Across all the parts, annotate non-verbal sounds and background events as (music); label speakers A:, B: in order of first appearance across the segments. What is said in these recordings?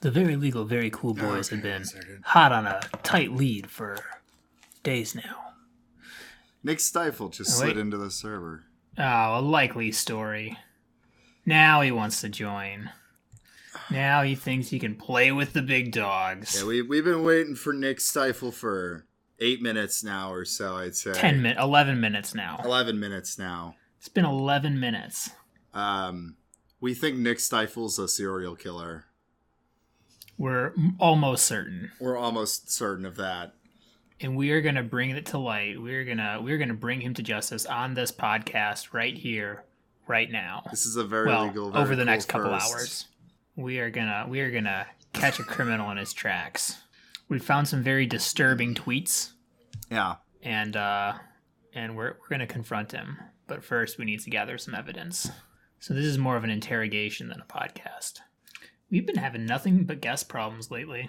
A: The very legal, very cool
B: Oh,
A: boys
B: okay,
A: have been
B: one second.
A: hot on a tight lead for days now.
B: Nick Stifle just
A: Oh,
B: slid
A: wait.
B: into the server.
A: Oh, a likely story. Now he wants to join. Now he thinks he can play with the big dogs.
B: Yeah, we we've been waiting for Nick Stifle for eight minutes now or so. I'd say
A: Ten min, eleven minutes now.
B: eleven minutes now.
A: It's been eleven minutes.
B: Um, we think Nick Stifle's a serial killer.
A: We're m- almost certain,
B: We're almost certain of that.
A: and we are gonna bring it to light. We're gonna we're gonna bring him to justice on this podcast right here, right now.
B: This is a very
A: well,
B: legal. very
A: over the
B: cool
A: next couple
B: first.
A: hours, we are gonna we are gonna catch a criminal in his tracks. We found some very disturbing tweets,
B: (laughs) Yeah,
A: and uh, and we're we're gonna confront him. But first, we need to gather some evidence. So this is more of an interrogation than a podcast. We've been having nothing but guest problems lately.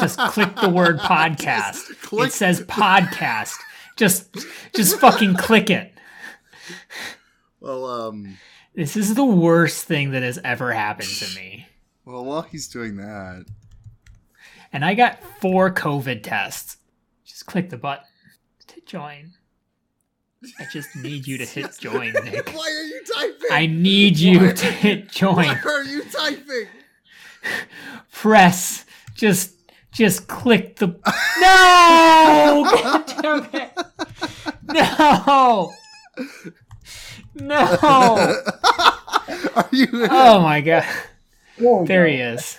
A: just click the word podcast.
B: click-
A: It says podcast. Just just fucking click it.
B: Well, um,
A: This is the worst thing that has ever happened to me.
B: well, while he's doing that,
A: And I got four COVID tests. Just click the button to join. I just need you to hit join, Nick.
B: why are you typing?
A: I need you to hit join.
B: why are you typing?
A: Press. Just just click the No! God damn it. No! No!
B: (laughs) Are you?
A: Oh my god. there he is.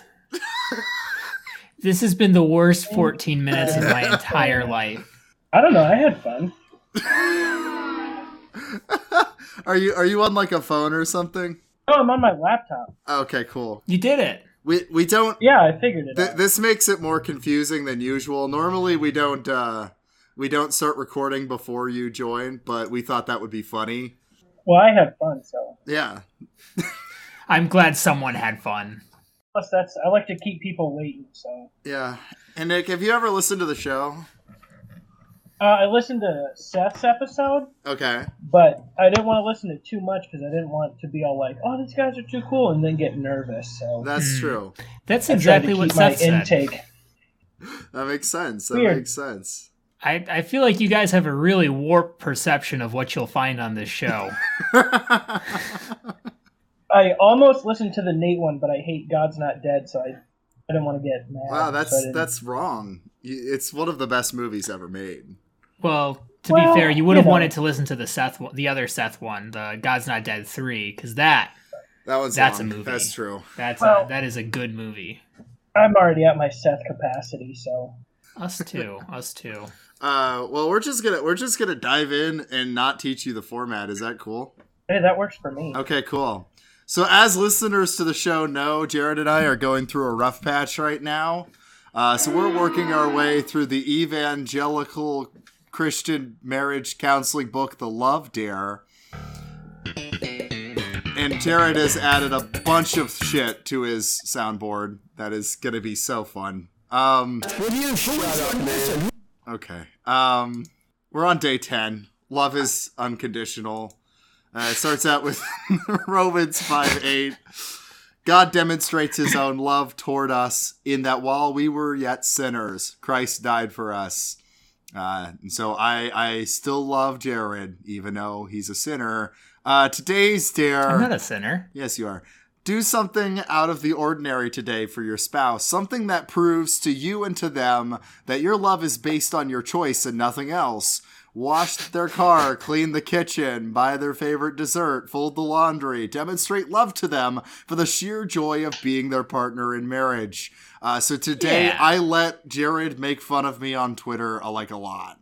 A: this has been the worst 14 minutes of my entire life.
C: I don't know. I had fun.
B: (laughs) are you? Are you on like a phone or something?
C: No, Oh, I'm on my laptop.
B: Okay, cool.
A: You did it.
B: We we don't.
C: Yeah, I figured it
B: Th-
C: out.
B: this makes it more confusing than usual. Normally, we don't uh, we don't start recording before you join, but we thought that would be funny.
C: Well, I had fun, so
B: Yeah,
A: I'm glad someone had fun.
C: plus that's I like to keep people waiting. So
B: yeah. And Nick, have you ever listened to the show?
C: uh, I listened to Seth's episode,
B: Okay.
C: but I didn't want to listen to too much because I didn't want to be all like, "Oh, these guys are too cool," and then get nervous. So
B: That's
A: Hmm.
B: true.
A: That's
C: I tried to
A: exactly what
C: keep my
A: Seth said.
C: intake.
B: That makes sense. That
C: Weird.
B: makes
A: (laughs)
B: sense.
A: I, I feel like you guys have a really warped perception of what you'll find on this
C: (laughs)
A: show.
C: I almost listened to the Nate one, but I hate God's Not Dead, so I, I didn't want to get mad.
B: wow,
C: so I
B: that's
C: didn't-
B: that's wrong. Y- It's one of the best movies ever made.
A: well, to
C: Well,
A: be fair, you would
C: you
A: have
C: know.
A: wanted to listen to the Seth, one, the other Seth one, the God's Not Dead three, because that
B: That one's
A: That's a
B: long.
A: movie.
B: That's true.
A: that's
C: Well-
A: a, that is a good movie.
C: I'm already at my Seth capacity, so (laughs)
A: Us too, us too.
B: Uh, well, we're just gonna we're just gonna dive in and not teach you the format. Is that cool?
C: hey, that works for me.
B: Okay, cool. So, as listeners to the show know, Jared and I are going through a rough patch right now. Uh, so, we're working our way through the evangelical Christian marriage counseling book, The Love Dare. And Jared has added a bunch of shit to his soundboard that is going to be so fun. Um, okay. Um, we're on day 10. Love is unconditional. Uh, it starts out with (laughs) Romans 5 8. God demonstrates his own love toward us in that while we were yet sinners, Christ died for us. Uh, and so I, I still love Jared, even though he's a sinner. Uh, today's
A: I'm not
B: dare.
A: a sinner.
B: yes, you are. Do something out of the ordinary today for your spouse, something that proves to you and to them that your love is based on your choice and nothing else wash their
A: (laughs)
B: car, clean the kitchen, buy their favorite dessert, fold the laundry, demonstrate love to them for the sheer joy of being their partner in marriage. Uh, so today
A: Yeah.
B: I let Jared make fun of me on Twitter uh, like a lot.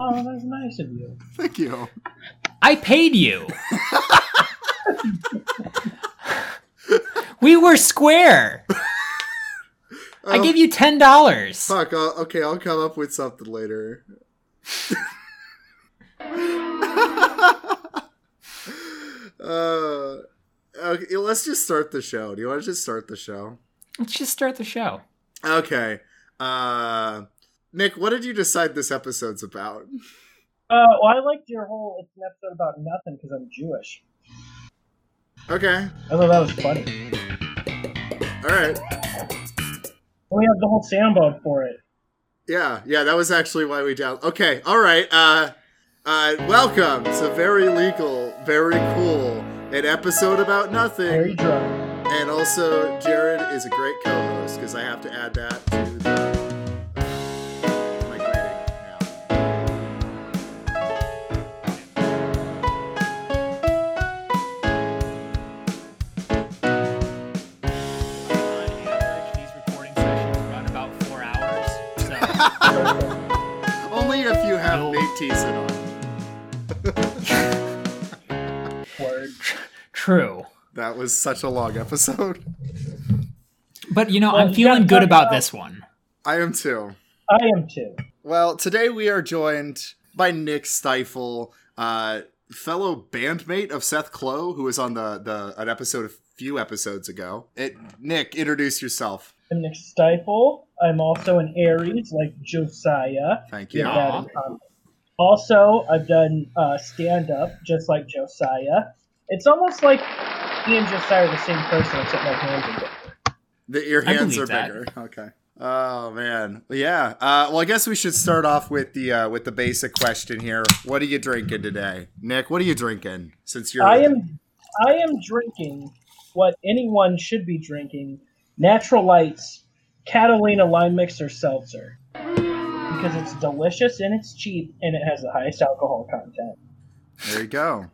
C: Oh, that's nice of you.
B: Thank you.
A: I paid you. (laughs) we were square. I
B: Oh,
A: gave you ten dollars.
B: Fuck. I'll, okay, I'll come up with something later. (laughs) uh, okay, let's just start the show. Do you want to just start the show?
A: Let's just start the show.
B: Okay. Uh Nick, what did you decide this episode's about?
C: Uh, well, I liked your whole it's an episode about nothing because I'm Jewish.
B: Okay.
C: I thought that was funny.
B: All right.
C: And we have the whole soundboard for it.
B: Yeah, yeah, that was actually why we down. Okay, all right. Uh, uh, welcome to very legal, very cool, an episode about nothing,
C: Very drunk.
B: and also Jared is a great co-host because I have to add that to the, uh, my grading now.
A: On average, these recording sessions run about four hours. So
B: Only if you have
A: No.
B: Nate Thiessen on.
C: Word.
A: true.
B: That was such a long episode. (laughs)
A: But you know,
C: Well,
A: I'm
C: you gotta
A: feeling good
C: talk
A: about
C: about-
A: this one.
B: I am too.
C: I am too.
B: Well, today we are joined by Nick Stifle, uh, fellow bandmate of Seth Klo, who was on the, the an episode a few episodes ago. It, Nick, introduce yourself.
C: I'm Nick Stifle. I'm also an Aries, like Josiah.
B: Thank you.
C: Give
A: Yeah.
C: that in comment. Also, I've done uh, stand up just like Josiah. It's almost like me and Josiah are the same person, except my hands are different.
B: The, your
A: I
B: hands
A: believe
B: are
A: that.
B: bigger. Okay. Oh man. Yeah. Uh, well, I guess we should start off with the uh, with the basic question here. What are you drinking today, Nick? What are you drinking? Since you're
C: I am, I am drinking what anyone should be drinking: Natural Lights Catalina Lime Mixer Seltzer, because it's delicious and it's cheap and it has the highest alcohol content.
B: there, you go.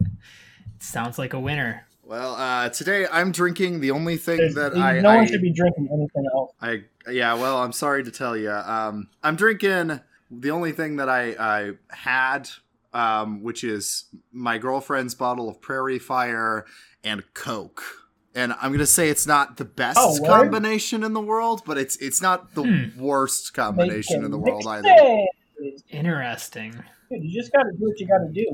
A: Sounds like a winner.
B: Well, uh, today I'm drinking the only thing
C: There's-
B: that I
C: no
B: I,
C: one should be drinking anything else.
B: I yeah, well, I'm sorry to tell you. Um, I'm drinking the only thing that I I had, um, which is my girlfriend's bottle of Prairie Fire and Coke. And I'm gonna say it's not the best
C: Oh, word?
B: combination in the world, but it's it's not the
A: Hmm.
B: worst
C: They
B: combination
C: can
B: in the world
C: mix
B: either.
C: it.
A: Interesting.
C: Dude, you just gotta do what you gotta do.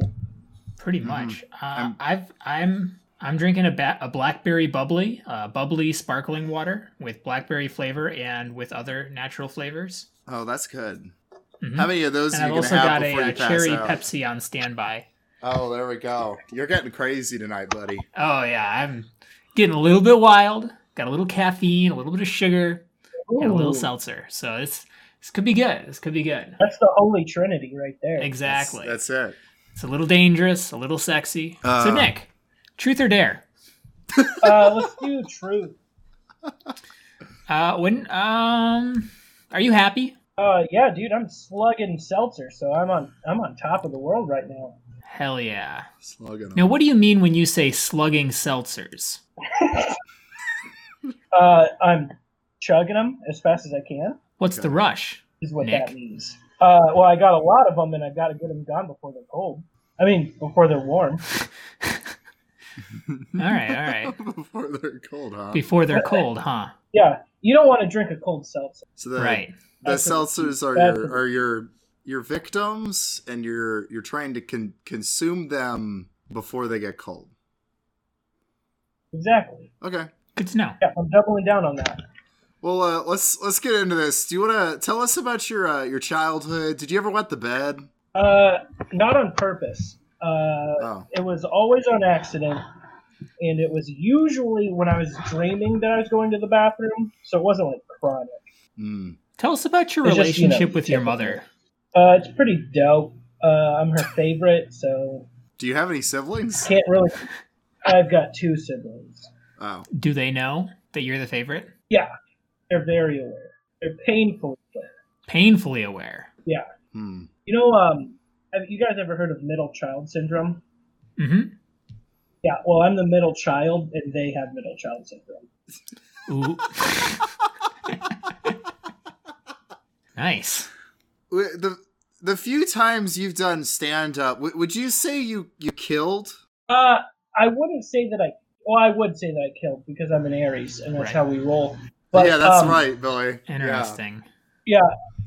A: Pretty
B: Mhm.
A: much. Uh,
B: I'm-
A: I've I'm I'm drinking a, ba- a blackberry bubbly, uh, bubbly sparkling water with blackberry flavor and with other natural flavors.
B: Oh, that's good.
A: Mhm.
B: How many of those
A: and
B: are
A: I've
B: you gonna
A: also
B: have
A: got
B: before
A: a, uh
B: you pass
A: cherry
B: out?
A: Pepsi on standby.
B: Oh, there we go. You're getting crazy tonight, buddy.
A: Oh yeah, I'm getting a little bit wild. Got a little caffeine, a little bit of sugar, and a
C: Ooh.
A: little seltzer. So this this could be good. This could be good.
C: That's the holy trinity right there.
B: That's-
A: Exactly.
B: That's, it.
A: It's a little dangerous, a little sexy.
B: Uh.
A: so Nick, truth or dare?
C: Uh, let's do truth.
A: Uh, when um, are you happy?
C: Uh, yeah, dude, I'm slugging seltzer, so I'm on I'm on top of the world right now.
A: Hell yeah.
B: Slugging 'em.
A: Now, what do you mean when you say slugging seltzers?
C: Uh, I'm chugging them as fast as I can.
A: What's
B: Okay.
A: the rush?
C: Is what that
A: Nick.
C: means. Uh, well, I got a lot of them, and I've got to get them gone before they're cold. I mean, before they're warm.
A: All right, all right.
B: (laughs) before they're cold, huh?
A: Before they're cold, huh?
C: Yeah, you don't want to drink a cold seltzer.
B: So the,
A: right.
B: the
C: That's a-
B: seltzers are
C: that's
B: your
C: a-
B: are your your victims, and you're you're trying to con- consume them before they get cold.
C: Exactly.
B: Okay.
A: Good to know.
C: Yeah, I'm doubling down on that.
B: Well, uh, let's let's get into this. Do you want to tell us about your uh, your childhood? Did you ever wet the bed?
C: Uh, not on purpose. Uh,
B: Oh,
C: it was always on accident and it was usually when i was dreaming that i was going to the bathroom so it wasn't like chronic
B: mm.
A: Tell us about your
C: It's just, you know,
A: relationship with your mother.
C: uh, it's pretty dope uh, i'm her favorite so
B: do you have any siblings?
C: can't really i've got two siblings
B: Oh,
A: Do they know that you're the favorite?
C: yeah they're very aware they're painful
A: Painfully aware.
C: yeah
B: hmm.
C: you know um, have you guys ever heard of middle child syndrome
A: Mm-hmm.
C: yeah well i'm the middle child and they have middle child syndrome
A: Ooh. (laughs) nice.
B: W- the the few times you've done stand up, w- would you say you you killed?
C: Uh, I wouldn't say that I. Well, I would say that I killed because I'm an Aries and that's
A: Right.
C: how we roll. But,
B: yeah, that's
C: um,
B: right, Billy. Yeah. (laughs)
A: Interesting.
C: Yeah,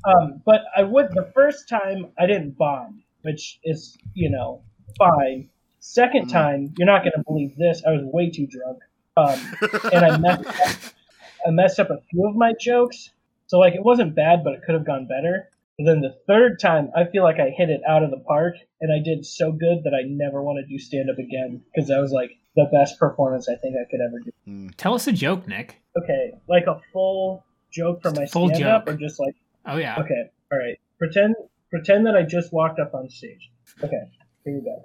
C: um, but I would the first time I didn't bomb, which is you know fine. Second
B: Mm.
C: time, you're not going to believe this. I was way too drunk, um, and I messed up, I messed up a few of my jokes. So like it wasn't bad, but it could have gone better. And then the third time, I feel like I hit it out of the park, and I did so good that I never want to do stand up again because I was like, the best performance I think I could ever do.
A: Tell us a joke, Nick.
C: Okay, like a full joke from
A: Just a
C: my
A: full
C: stand up,
A: joke.
C: or just like
A: Oh yeah.
C: okay, all right. Pretend pretend that I just walked up on stage. Okay, here we go.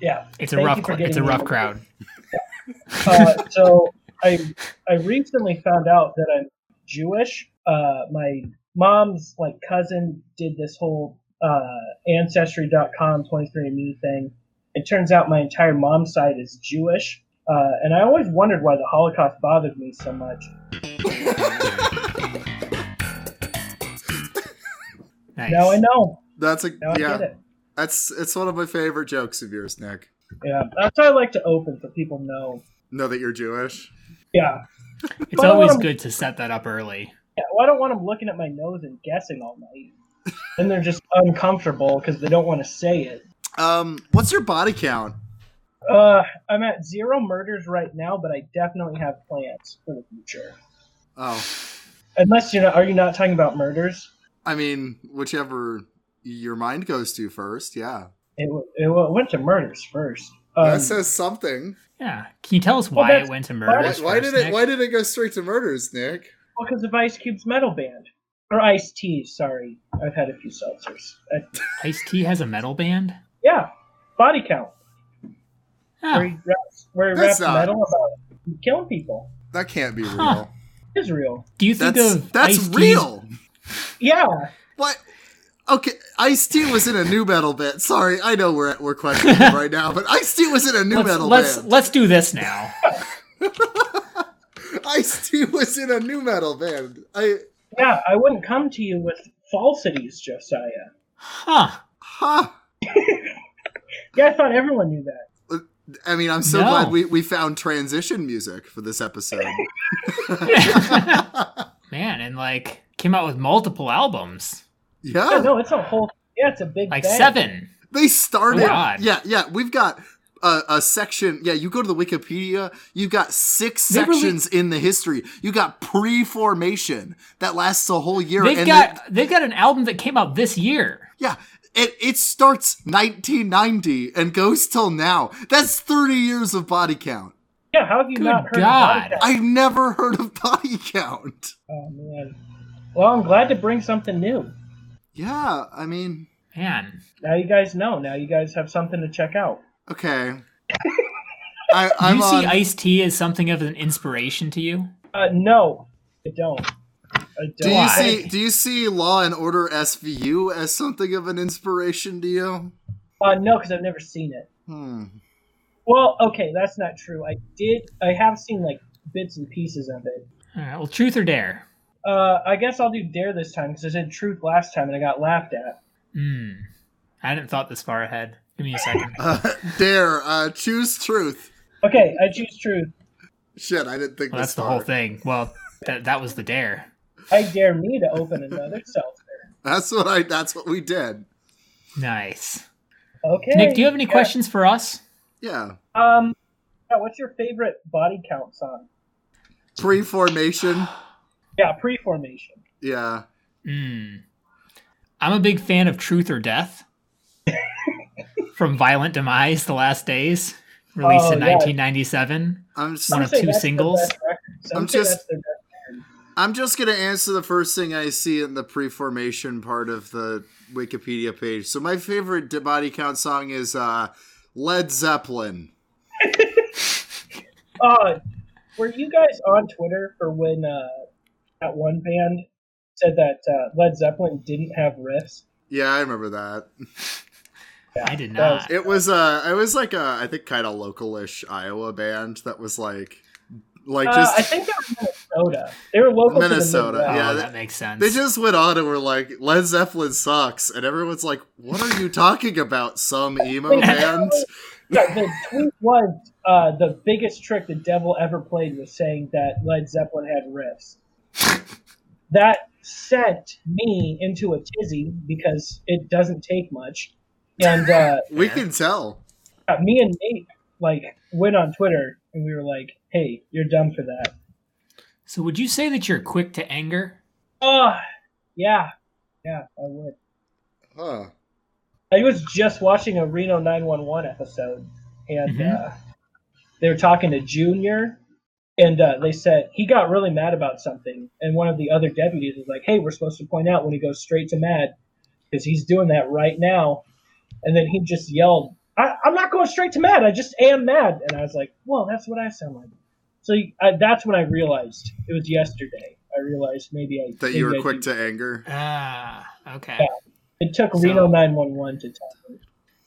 C: Yeah.
A: It's a
C: Thank
A: rough
C: you for
A: cl- it's a
C: getting me
A: rough
C: on.
A: crowd.
C: Uh, so I I recently found out that I'm Jewish. Uh, my mom's like cousin did this whole uh, ancestry.com 23andme thing. It turns out my entire mom's side is Jewish, uh, and I always wondered why the Holocaust bothered me so much.
A: Nice.
C: Now I know.
B: That's a
C: Now I
B: yeah.
C: get it.
B: That's it's one of my favorite jokes of yours, Nick.
C: Yeah, that's how I like to open so people know.
B: Know that you're Jewish.
C: Yeah,
A: It's
C: But I
A: always
C: wanna-
A: good to set that up early.
C: yeah. Well, I don't want them looking at my nose and guessing all night. Then they're just uncomfortable because they don't want to say it.
B: Um, what's your body count?
C: Uh, I'm at zero murders right now, but I definitely have plans for the future.
B: Oh,
C: Unless you're not, are you not talking about murders?
B: I mean, whichever your mind goes to first. Yeah,
C: It, w- it w- went to murders first. Um,
B: that says something.
A: Yeah. Can you tell us
C: Well,
A: why it
C: that's-
A: went to
B: Why,
A: murders?
B: why
A: first,
B: did it?
A: Nick?
B: Why did it go straight to murders, Nick?
C: well, because of Ice Cube's metal band or Ice T. Sorry, I've had a few seltzers. I,
A: Ice T has a metal band?
C: yeah, body count. Where
A: Oh,
C: he raps, where he
B: That's
C: raps
B: not-
C: metal about killing people.
B: That can't be real.
A: Huh.
C: Israel.
A: do you think
B: That's
A: of
B: that's
A: Ice-T's-
B: real.
C: Yeah,
B: What? Okay, Ice T was in a new metal band. Sorry, I know we're we're
A: (laughs)
B: questioning him right now, but Ice T was in a new
A: Let's
B: metal
A: let's,
B: band.
A: let's do this now.
B: Ice T was in a new metal band. I
C: yeah. I wouldn't come to you with falsities, Josiah. (laughs)
A: Huh.
B: huh.
C: Yeah, I thought everyone knew that.
B: I mean, I'm so
A: No.
B: glad we, we found transition music for this episode.
A: (laughs) Man, and like came out with multiple albums.
C: Yeah,
B: yeah,
C: no, it's a whole. Yeah, it's a big.
A: Like
C: bang.
A: seven.
B: they started.
A: Oh, God.
B: yeah, yeah, we've got a, a section. Yeah, you go to the Wikipedia, you've got six
A: They really-
B: sections in the history. You got pre-formation that lasts a whole year.
A: They've
B: and
A: got they've got an album that came out this year.
B: Yeah, it, it starts 1990 and goes till now. That's 30 years of body count.
C: Yeah, how have you
A: Good
C: not heard
A: God.
C: about that?
B: I've never heard of body count.
C: Oh man. Well, I'm glad to bring something new.
B: Yeah, I mean,
A: Man.
C: Now you guys know. Now you guys have something to check out.
B: okay. I,
A: Do
B: I'm
A: you
B: on,
A: see Ice T as something of an inspiration to you?
C: Uh, no, I don't. I don't.
B: do you
A: Why?
B: see do you see Law and Order SVU as something of an inspiration to you?
C: Uh, no, because I've never seen it.
B: Hmm.
C: Well, okay, that's not true. I did. I have seen like bits and pieces of it.
A: Alright, well truth or dare.
C: Uh, I guess I'll do dare this time because I said truth last time and I got laughed at.
A: Hmm. I hadn't thought this far ahead. Give me a second.
B: Uh, (laughs) dare uh, choose truth.
C: Okay, I choose truth.
B: Shit, I didn't think
A: Well,
B: this
A: that's the
B: far.
A: whole thing. Well, that that was the dare.
C: I dare me to open another seltzer.
B: That's what I. That's what we did.
A: Nice.
C: Okay.
A: Nick, do you have any
C: Yeah.
A: questions for us?
B: Yeah,
C: Um, yeah, what's your favorite body count song?
B: pre-formation.
C: Yeah, pre-formation.
B: Yeah,
A: Hmm. I'm a big fan of Truth or
C: (laughs)
A: Death from Violent Demise, The Last Days, released
C: Oh,
A: in
C: yeah.
A: 1997.
B: I'm just
A: One
C: Some
A: of
C: say
A: two
C: that's the
A: singles.
C: best record. Some
B: I'm
C: say
B: just-
C: that's their best
B: I'm just gonna answer the first thing I see in the pre-formation part of the Wikipedia page. So my favorite de- body count song is uh, Led Zeppelin.
C: Uh, were you guys on Twitter for when uh, that one band said that uh, Led Zeppelin didn't have riffs?
B: Yeah, I remember that.
A: I did
C: that was-
A: not.
B: It was uh, it was like a I think kind of localish Iowa band that was like, like
C: uh, I
B: just
C: think they were Minnesota. They were local
B: Minnesota,
C: To the
A: Oh,
C: Midwest.
B: yeah,
A: that
B: they-
A: makes sense.
B: they just went on and were like Led Zeppelin sucks, and everyone's like, what are you talking about? Some
C: (laughs)
B: emo band.
C: Yeah, the tweet was uh, the biggest trick the devil ever played was saying that Led Zeppelin had riffs. That sent me into a tizzy because it doesn't take much, and uh,
B: We
A: Yeah.
B: can tell.
C: Yeah, Uh, me and Nate like went on Twitter and we were like, "Hey, you're dumb for that."
A: so, would you say that you're quick to anger?
C: Oh, yeah, yeah, I would.
B: Huh.
C: I was just watching a Reno 911 episode and
A: Mhm.
C: uh, they were talking to Junior, and uh, they said he got really mad about something, and one of the other deputies was like, "Hey, we're supposed to point out when he goes straight to mad, because he's doing that right now," and then he just yelled, I, "I'm not going straight to mad. I just am mad," and I was like, "Well, that's what I sound like." So I, that's when I realized it was yesterday. I realized maybe I
B: That you were
C: maybe I
B: quick
C: do-
B: to anger.
A: Ah, okay.
C: Yeah. It took
A: So-
C: Reno 911 to tell me.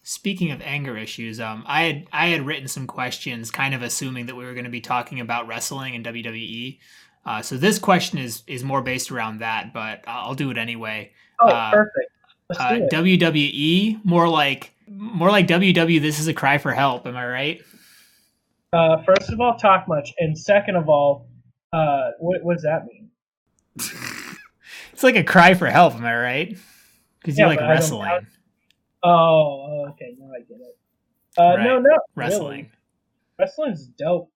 A: Speaking of anger issues, um, I had I had written some questions, kind of assuming that we were going to be talking about wrestling and WWE. Uh, so this question is is more based around that, but I'll I'll do it anyway.
C: Oh,
A: Uh,
C: perfect. Let's
A: Uh,
C: do it.
A: WWE, more like more like WW. This is a cry for help. Am I right?
C: Uh, first of all, talk much, and second of all, uh, what, what does that mean?
A: It's like a cry for help. Am I right? Because
C: Yeah,
A: you like
C: but I don't
A: wrestling,
C: count Oh, okay, now I get it. Uh, No,
A: Right.
C: no,
A: wrestling.
C: really. Wrestling's dope.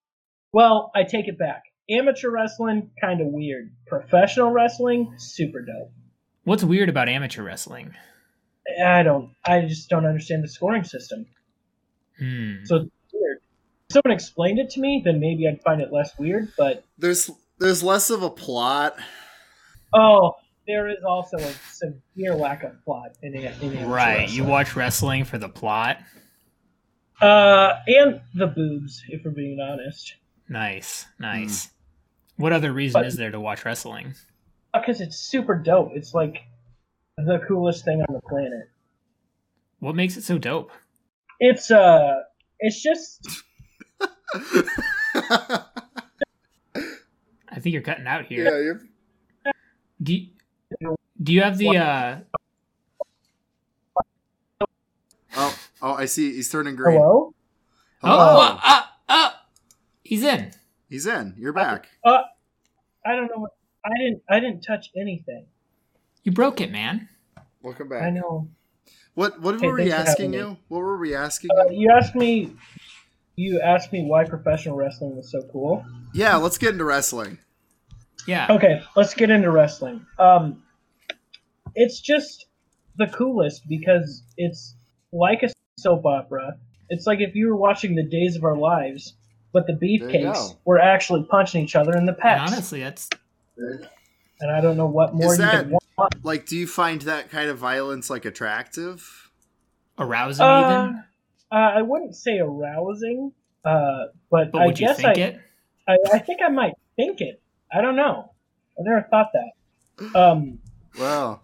C: Well, I take it back. Amateur wrestling, kind of weird. Professional wrestling, super dope.
A: What's weird about amateur wrestling?
C: I don't, I just don't understand the scoring system.
A: Hmm.
C: So it's weird. If someone explained it to me, then maybe I'd find it less weird. But
B: There's there's less of a plot. (laughs)
C: oh, there is also a severe lack of plot in, a- in amateur
A: Right. You
C: wrestling.
A: watch wrestling for the plot.
C: Uh, and the boobs, if we're being honest,
A: Nice, nice. What other reason
C: Hmm. But-
A: is there to watch wrestling?
C: because Uh, it's super dope. It's like the coolest thing on the planet.
A: What makes it so dope?
C: It's uh, it's just
B: yeah,
A: I think you're cutting out here.
B: you're,
A: Do you, do you have the uh
B: oh oh, I see. He's turning green.
C: hello.
A: Oh, uh, uh, uh, he's in.
B: He's in. You're back.
C: I don't know. What, I didn't. I didn't touch anything.
A: You broke it, man.
B: Welcome
C: I
B: back.
C: know.
B: What what
C: Hey,
B: were we
C: thanks for
B: asking
C: having
B: you? What were we asking
C: Uh,
B: you?
C: you asked me. You asked me why professional wrestling was so cool.
B: Yeah, let's get into wrestling.
A: Yeah.
C: Okay, let's get into wrestling. Um, it's just the coolest because it's like a soap opera. It's like if you were watching The Days of Our Lives, but the
B: There you
C: beefcakes
B: go.
C: were actually punching each other in the
A: And
C: pecs.
A: honestly, that's
C: And I don't know what more
B: Is
C: you
B: that-
C: could want.
B: Like, do you find that kind of violence like attractive?
A: arousing
C: Uh,
A: even.
C: Uh, I wouldn't say arousing, uh, but,
A: But
C: I
A: would you
C: guess
A: think
C: I,
A: it?
C: I, I think I might think it. I don't know. I never thought that. Um,
B: Well,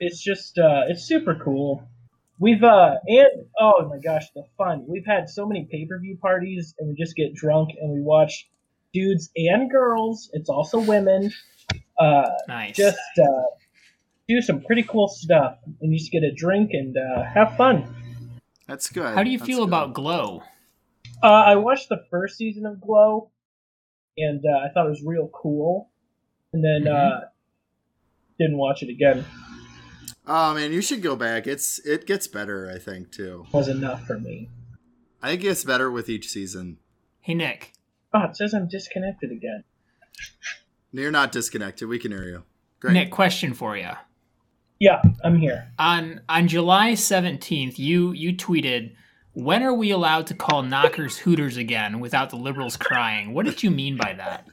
C: it's just uh, it's super cool. We've uh and oh my gosh, the fun. We've had so many pay per view parties, and we just get drunk and we watch dudes and girls. It's also women. Uh,
A: Nice.
C: just uh, do some pretty cool stuff, and you just get a drink and uh, have fun.
B: that's good.
A: How do you
B: That's
A: feel
B: good.
A: about Glow?
C: Uh, I watched the first season of Glow, and uh, I thought it was real cool, and then uh, didn't watch it again.
B: Oh man, you should go back. It's it gets better, I think too.
C: Was enough for me.
B: I think it gets better with each season.
A: Hey Nick,
C: Oh, it says I'm disconnected again.
B: You're not disconnected. We can hear you. Great. (laughs)
A: Nick, question for you.
C: Yeah, I'm here.
A: on on July 17th, you you tweeted, "When are we allowed to call knockers hooters again without the liberals crying?" What did you mean by that?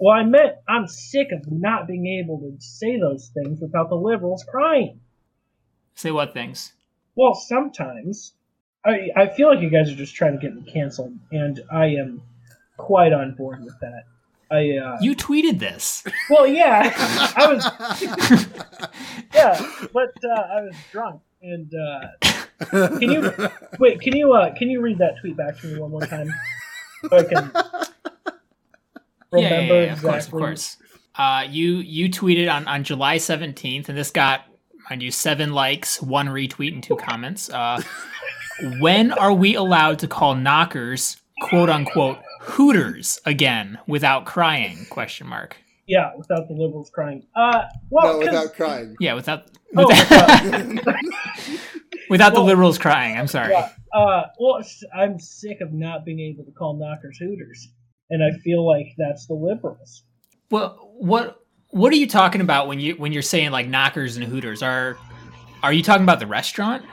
C: Well, I meant I'm sick of not being able to say those things without the liberals crying.
A: Say what things?
C: Well, sometimes I I feel like you guys are just trying to get me canceled, and I am quite on board with that. I uh,
A: You tweeted this.
C: well, yeah,
A: (laughs)
C: I was yeah, but uh, I was drunk. And uh, can you wait? Can you uh, can you read that tweet back to me one more time so I can
A: (laughs) Yeah, yeah,
C: remember
A: yeah, of course, of
C: exactly?
A: course. Uh, you you tweeted on on July 17th, and this got mind you seven likes, one retweet, and two comments.
C: (laughs)
A: Uh, when are we allowed to call knockers quote unquote hooters again without crying? Question mark.
C: Yeah, without the liberals crying. Uh, well, 'cause-
B: crying.
A: Yeah, without
C: (laughs) Oh,
A: without, (laughs) without the
C: Well-
A: liberals crying. I'm sorry.
C: Yeah. Uh, well, it's- I'm sick of not being able to call knockers hooters, and I feel like that's the liberals.
A: Well, what what are you talking about when you when you're saying like knockers and hooters? Are are you talking about the restaurant?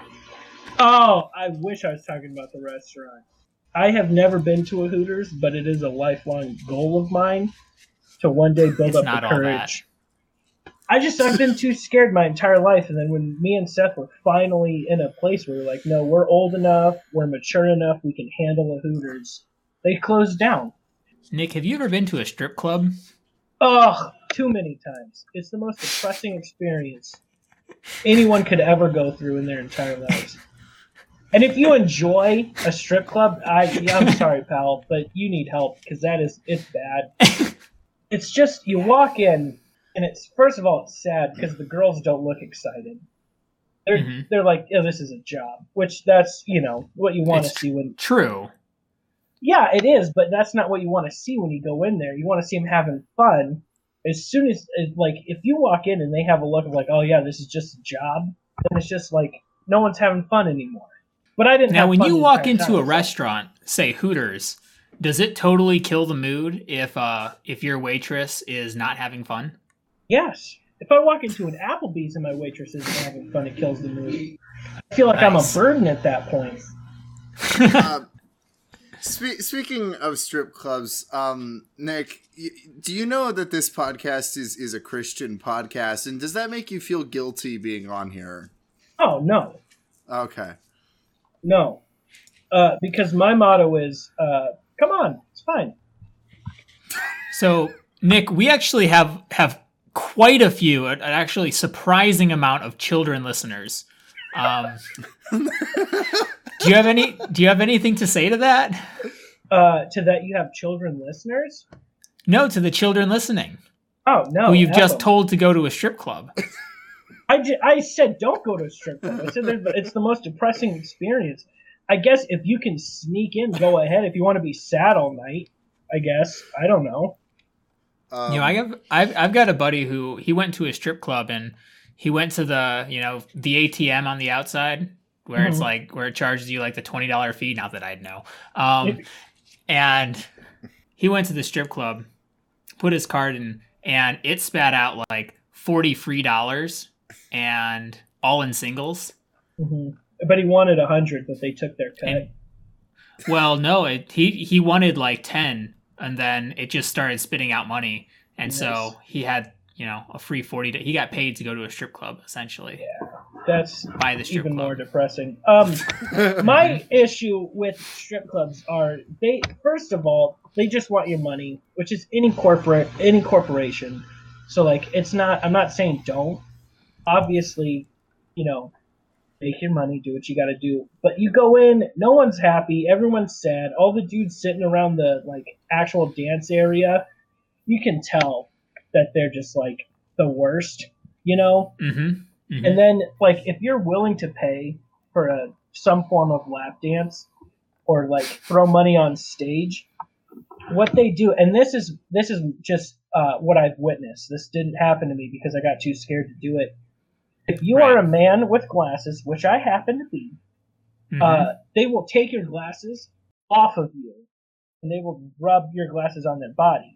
C: Oh, I wish I was talking about the restaurant. I have never been to a Hooters, but it is a lifelong goal of mine to one day build
A: It's
C: up
A: not
C: the
A: all
C: courage. I just I've been too scared my entire life, and then when me and Seth were finally in a place where we are like, no, we're old enough, we're mature enough, we can handle a Hooters. They closed down.
A: that. Nick, have you ever been to a strip club?
C: Ugh, too many times. It's the most depressing experience anyone could ever go through in their entire lives. And if you enjoy a strip club, I yeah, I'm sorry, pal, but you need help because that is it's bad. It's just you walk in and it's first of all it's sad because the girls don't look excited. They're
A: Mhm.
C: they're like, oh, this is a job, which that's you know what you want to
A: It's-
C: see when
A: True.
C: yeah, it is, but that's not what you want to see when you go in there. You want to see them having fun. As soon as, as- like, if you walk in and they have a look of like, oh yeah, this is just a job, then it's just like no one's having fun anymore. But I didn't.
A: Now,
C: have
A: when
C: fun
A: you
C: the
A: walk
C: entire
A: into
C: time,
A: a
C: so-
A: restaurant, say Hooters, does it totally kill the mood if uh if your waitress is not having fun?
C: yes. If I walk into an Applebee's and my waitress isn't having fun, it kills the mood. I feel like I'm a
A: Nice.
C: burden at that point.
B: Um, Spe- speaking of strip clubs, um, Nick, y- do you know that this podcast is is a Christian podcast, and does that make you feel guilty being on here?
C: Oh no,
B: Okay.
C: No, uh, because my motto is, uh, "Come on, it's fine."
A: So, Nick, we actually have have quite a few, an an actually surprising amount of children listeners. Um, do you have any? Do you have anything to say to that?
C: Uh, to that, you have children listeners.
A: No, to the children listening
C: Oh no!
A: who you've
C: have
A: just
C: them.
A: told to go to a strip club.
C: I, ju- I said don't go to a strip club. I said there's- it's the most depressing experience. I guess if you can sneak in, go ahead. If you want to be sad all night, I guess I don't know.
B: Um,
A: you know, I have I've, I've got a buddy who he went to a strip club and he went to the you know the ATM on the outside where it's
C: Mhm.
A: like where it charges you like the twenty dollar fee. Not that I'd know. Um, and he went to the strip club, put his card in, and it spat out like forty free dollars and all in singles.
C: hmm But he wanted a hundred, but they took their cut.
A: Mm-hmm. And- Well, no, it, he he wanted like ten, and then it just started spitting out money, and
C: Nice.
A: so he had you know a free forty. To, he got paid to go to a strip club essentially
C: That's
A: by the strip
C: even
A: club.
C: more depressing. Um,
B: (laughs)
C: my issue with strip clubs are they first of all they just want your money, which is any corporate any corporation. So like it's not I'm not saying don't. Obviously, you know, make your money, do what you got to do. But you go in, no one's happy, everyone's sad. All the dudes sitting around the like actual dance area, you can tell that they're just like the worst, you know?
A: Mm-hmm.
C: And then, like, if you're willing to pay for a, some form of lap dance or like throw money on stage, what they do, and this is this is just uh, what I've witnessed. This didn't happen to me because I got too scared to do it. If you are
A: Right.
C: a man with glasses, which I happen to be,
A: Mm-hmm.
C: uh, they will take your glasses off of you and they will rub your glasses on their body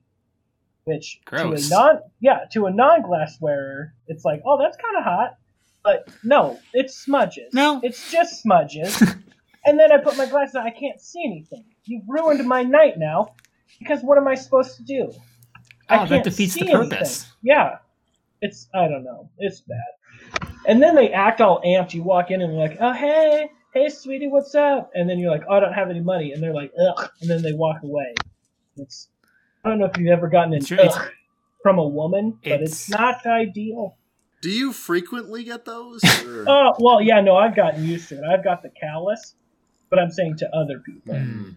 C: which
A: Gross.
C: to a non yeah to a non-glass wearer it's like oh that's kind of hot but no it's smudges
A: No.
C: it's
A: (laughs)
C: just smudges and then i put my glasses on i can't see anything you've ruined my night now because what am i supposed to do I
A: Oh, that
C: can't
A: defeats the
C: see anything.
A: purpose.
C: Yeah. It's I don't know. It's bad. And then they act all amped. You walk in and they're like, "Oh hey, hey sweetie, what's up?" And then you're like, "Oh, I don't have any money." And they're like, "Ugh," and then they walk away. It's I don't know if you've ever gotten an
A: It's- it's-
C: ugh from a woman, but
A: it's-
C: it's, not ideal.
B: do you frequently get those? or-
A: (laughs)
C: Oh well, yeah, no, I've gotten used to it. I've got the callus, but I'm saying to other people.
A: Mm.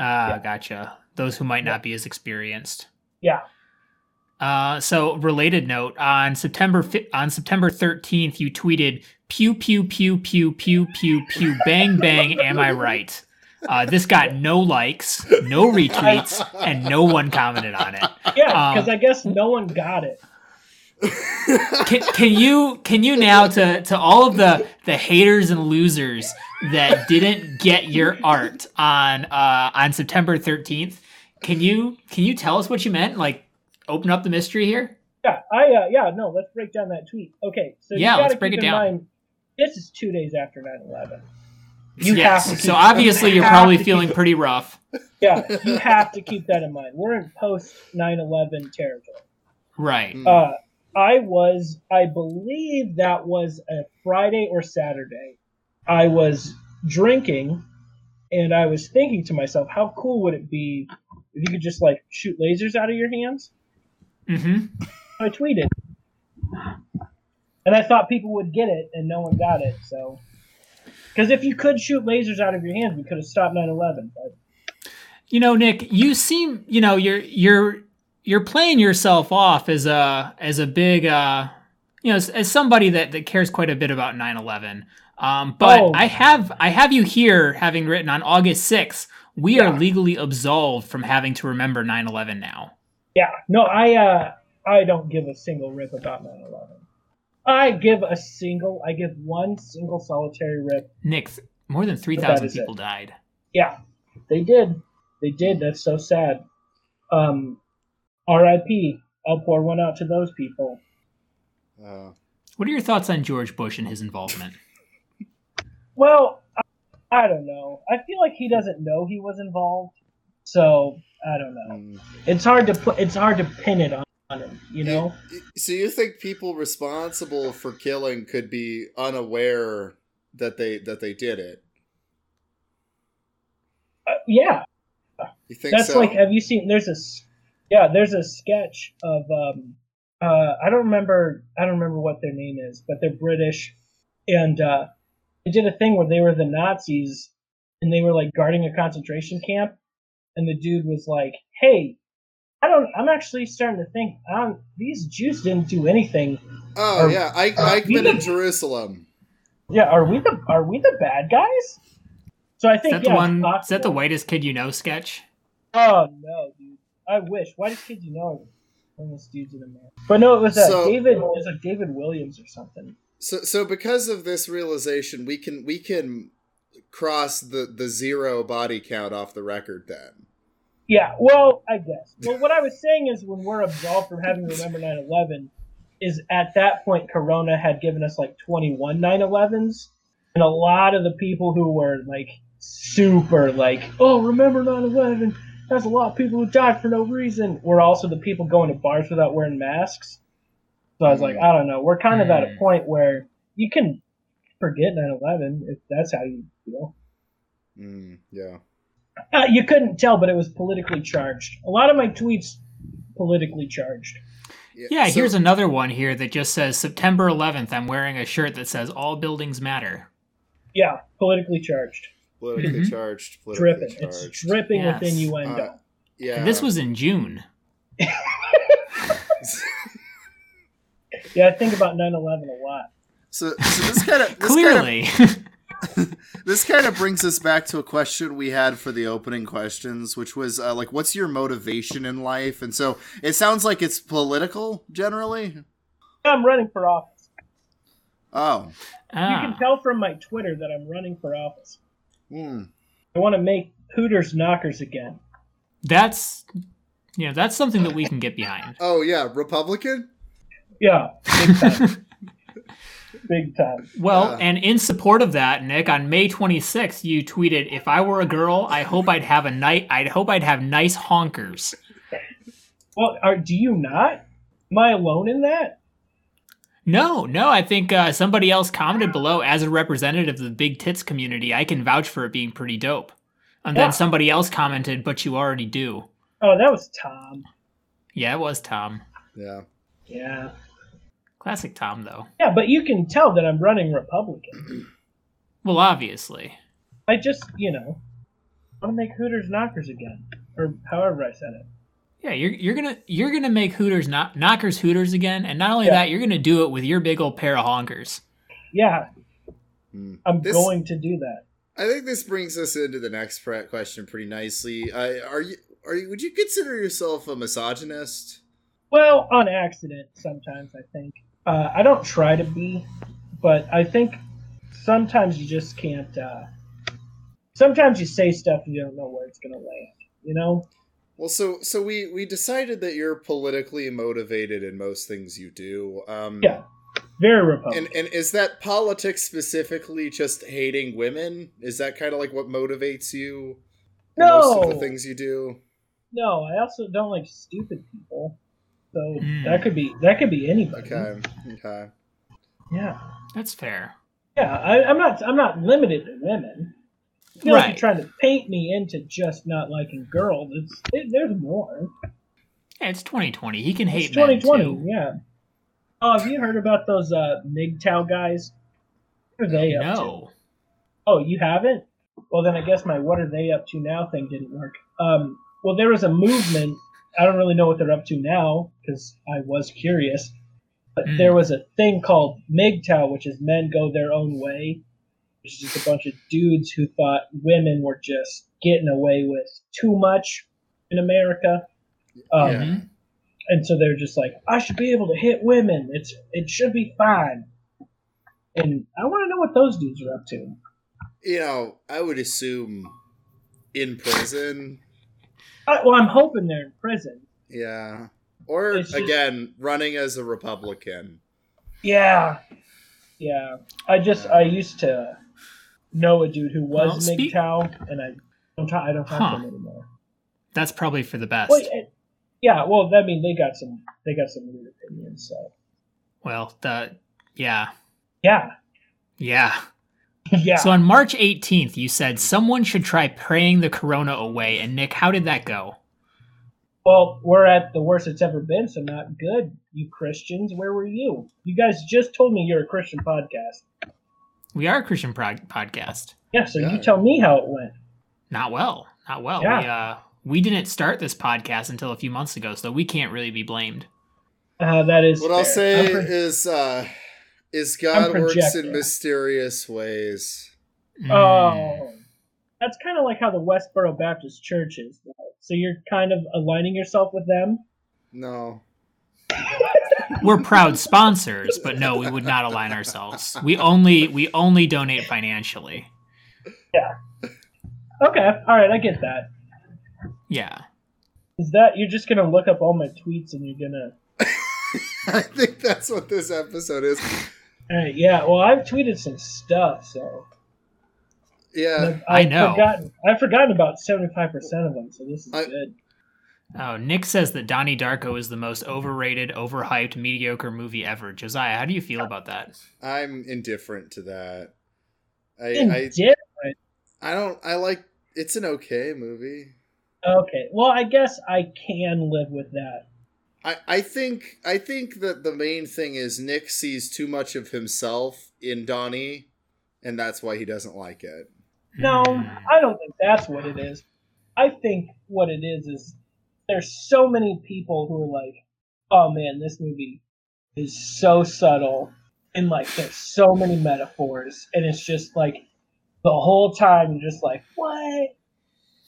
A: Ah, gotcha. Those who might not be as experienced.
C: Yeah,
A: Uh, so related note on September fi- on September 13th, you tweeted pew pew pew pew pew pew pew bang bang. Am I right? Uh, this got no likes, no retweets, and no one commented on it.
C: yeah, because
A: Um,
C: I guess no one got it.
A: can, can you can you now to to all of the the haters and losers that didn't get your art on uh on September 13th can you can you tell us what you meant like open up the mystery here
C: Yeah, I uh, yeah no. Let's break down that tweet. Okay, so
A: Yeah,
C: you gotta
A: let's break
C: keep
A: it
C: in
A: down.
C: Mind, this is two days after 9-11. You
A: yes.
C: have to. Keep,
A: so obviously, you're probably
C: have to
A: feeling pretty rough.
C: (laughs) yeah, you have to keep that in mind. We're in post 9/11 territory.
A: Right.
C: Uh, I was, I believe that was a Friday or Saturday. I was drinking, and I was thinking to myself, how cool would it be if you could just like shoot lasers out of your hands?
A: Mm-hmm.
C: I tweeted, and I thought people would get it, and no one got it. So, because if you could shoot lasers out of your hands, we could have stopped 9/11. But
A: You know, Nick, you seem you know you're you're you're playing yourself off as a as a big uh you know as, as somebody that that cares quite a bit about 9/11. Um, but
C: Oh.
A: I have I have you here having written on August 6th, we
C: Yeah.
A: are legally absolved from having to remember 9/11 now.
C: Yeah, no, I uh, I don't give a single rip about 9/11. I give a single, I give one single solitary rip.
A: Nick, th- more than 3,000
C: is it.
A: people died.
C: Yeah, they did, they did. That's so sad. Um, R.I.P. I'll pour one out to those people.
B: Uh,
A: What are your thoughts on George Bush and his involvement?
C: Well, I, I don't know. I feel like he doesn't know he was involved, so I don't know.
B: mm.
C: It's hard to put, it's hard to pin it on, on him, you know.
B: So you think people responsible for killing could be unaware that they that they did it?
C: Uh, yeah,
B: You think
C: That's
B: so?
C: like, have you seen? There's a, s- yeah, there's a sketch of um, uh, I don't remember, I don't remember what their name is, but they're British, and uh, they did a thing where they were the Nazis, and they were like guarding a concentration camp, and the dude was like, "Hey, I don't, I'm actually starting to think, um, these Jews didn't do anything.
B: oh
C: are-
B: yeah, I
C: are
B: I've been in
C: we-
B: Jerusalem.
C: Yeah, are we the, are we the bad guys?" So I
A: Is
C: think
A: that
C: yeah,
A: the
C: it's
A: one? Is that the
C: possible.
A: whitest kid you know sketch?
C: Oh no, dude! I wish. Why did kids you know when this dude's in a man? But no, it was uh,
B: So-
C: David. It was like David Williams or something.
B: So so because of this realization, we can we can cross the the zero body count off the record then.
C: Yeah. Well, I guess. Well, what I was saying is when we're absolved from having to remember 9/11, is at that point Corona had given us like 21 9/11s, and a lot of the people who were like super like, oh, remember 9/11? That's a lot of people who died for no reason. Were also the people going to bars without wearing masks. So I was like, I don't know. We're kind of at a
A: Hmm.
C: point where you can forget 9/11 if that's how you feel.
B: Mm, yeah.
C: Uh, you couldn't tell, but it was politically charged. A lot of my tweets politically charged.
A: Yeah,
B: so-
A: here's another one here that just says September 11th. I'm wearing a shirt that says "All buildings matter."
C: Yeah, politically charged,
B: politically
A: Mhm.
B: charged, politically
C: dripping.
B: charged.
C: It's dripping
A: Yes.
C: with innuendo.
B: Uh, yeah.
A: And this was in June.
C: yeah, I think about 9/11 a lot.
B: so, so this kind of
A: Clearly, (laughs)
B: this kind of brings us back to a question we had for the opening questions, which was uh, like, what's your motivation in life? And so it sounds like it's political generally.
C: I'm running for office.
B: Oh,
C: You
A: Ah.
C: can tell from my Twitter that I'm running for office.
B: Hmm.
C: I want to make Hooters knockers again.
A: that's you know that's something that we can get behind.
B: oh yeah, Republican.
C: Yeah, big time.
A: (laughs)
C: big time.
A: Well,
B: Yeah.
A: and in support of that, Nick, on May 26th, you tweeted, "If I were a girl, I hope I'd have a night. I'd hope I'd have nice honkers."
C: Well, are, do you not? Am I alone in that?
A: No, no, I think uh, somebody else commented below as a representative of the big tits community. I can vouch for it being pretty dope. And
C: Yeah.
A: then somebody else commented, "But you already do."
C: Oh, that was Tom.
A: Yeah, it was Tom.
B: Yeah.
C: Yeah.
A: Classic Tom, though.
C: Yeah, but you can tell that I'm running Republican.
A: Well, obviously.
C: I just, you know, want to make Hooters knockers again, or however I said it.
A: Yeah, you're you're gonna you're gonna make Hooters not knockers Hooters again, and not only
C: Yeah.
A: that, you're gonna do it with your big old pair of honkers.
C: Yeah,
B: Hmm.
C: I'm
B: This-
C: going to do that.
B: I think this brings us into the next pre- question pretty nicely. Uh, are you? Are you? Would you consider yourself a misogynist?
C: Well, on accident sometimes I think. Uh, I don't try to be, but I think sometimes you just can't. Uh, sometimes you say stuff and you don't know where it's gonna land. You know?
B: Well, so so we we decided that you're politically motivated in most things you do. Um,
C: Yeah. Very Republican.
B: And and is that politics specifically just hating women? Is that kind of like what motivates you? in Most of
C: No.
B: the things you do.
C: No, I also don't like stupid people. So
A: Hmm.
C: that could be that could be anybody.
B: Okay. Okay.
C: Yeah.
A: That's fair.
C: Yeah. I, I'm not I'm not limited to women. I feel like
A: Right.
C: you're trying to paint me into just not liking girls. It's it, there's more.
A: Yeah, it's 2020. He can hate
C: It's 2020.
A: men too.
C: Yeah. Oh, have you heard about those uh, MGTOW guys? What are they up to?
A: No.
C: Oh, you haven't? Well, then I guess my what are they up to now thing didn't work. Um, well, there was a movement. I don't really know what they're up to now because I was curious. But
A: Mm.
C: there was a thing called MGTOW, which is men go their own way, which is just a bunch of dudes who thought women were just getting away with too much in America. Um,
B: Yeah.
A: Mhm.
C: and so they're just like, I should be able to hit women. It's it should be fine. And I want to know what those dudes are up to.
B: You know, I would assume in prison.
C: I, well, I'm hoping they're in prison.
B: Yeah. Or
C: It's just-
B: again, running as a Republican.
C: Yeah, yeah. I just I used to know a dude who was
A: Well,
C: well,
A: speak-
C: MGTOW, and I don't talk, I don't talk
A: Huh.
C: to him anymore.
A: That's probably for the best.
C: Well, it- yeah, well, I mean, they got some they got some weird opinions. So
A: Well, the yeah.
C: yeah, (laughs)
A: Yeah.
C: yeah.
A: So on March 18th, you said someone should try praying the corona away. And Nick, how did that go?
C: well, we're at the worst it's ever been, so not good. You Christians, where were you? You guys just told me you're a Christian podcast.
A: We are a Christian prog- podcast.
C: Yeah, so
B: Yeah.
C: you tell me how it went.
A: Not well. Not well. We,
C: Yeah.
A: uh, we didn't start this podcast until a few months ago, so we can't really be blamed.
C: Uh, that is
B: What I'll
C: fair.
B: say
C: I'm pre-
B: is uh is God works in
C: projecting.
B: mysterious ways.
A: Mm.
C: Oh, that's kind of like how the Westboro Baptist Church is. Though. So you're kind of aligning yourself with them.
B: No. (laughs)
A: We're proud sponsors, but no, we would not align ourselves. We only we only donate financially.
C: Okay, all right, I get that.
A: Yeah.
C: Is that you're just gonna look up all my tweets and you're gonna?
B: I think that's what this episode is.
C: All right, yeah. Well, I've tweeted some stuff, so
B: Yeah. Uh,
C: I've,
A: I know.
C: Forgotten, I've forgotten about seventy five percent of them, so this is
B: I-
C: good.
A: Oh, Nick says that Donnie Darko is the most overrated, overhyped, mediocre movie ever. Josiah, how do you feel about that?
B: I'm indifferent to that. I, I
C: Indifferent.
B: I don't. I like. It's an okay movie.
C: okay, well, I guess I can live with that.
B: I I think I think that the main thing is Nick sees too much of himself in Donnie, and that's why he doesn't like it.
C: No,
A: Hmm.
C: I don't think that's what it is. I think what it is is there's so many people who are like, oh man, this movie is so subtle and like there's so many metaphors and it's just like the whole time you're just like, what?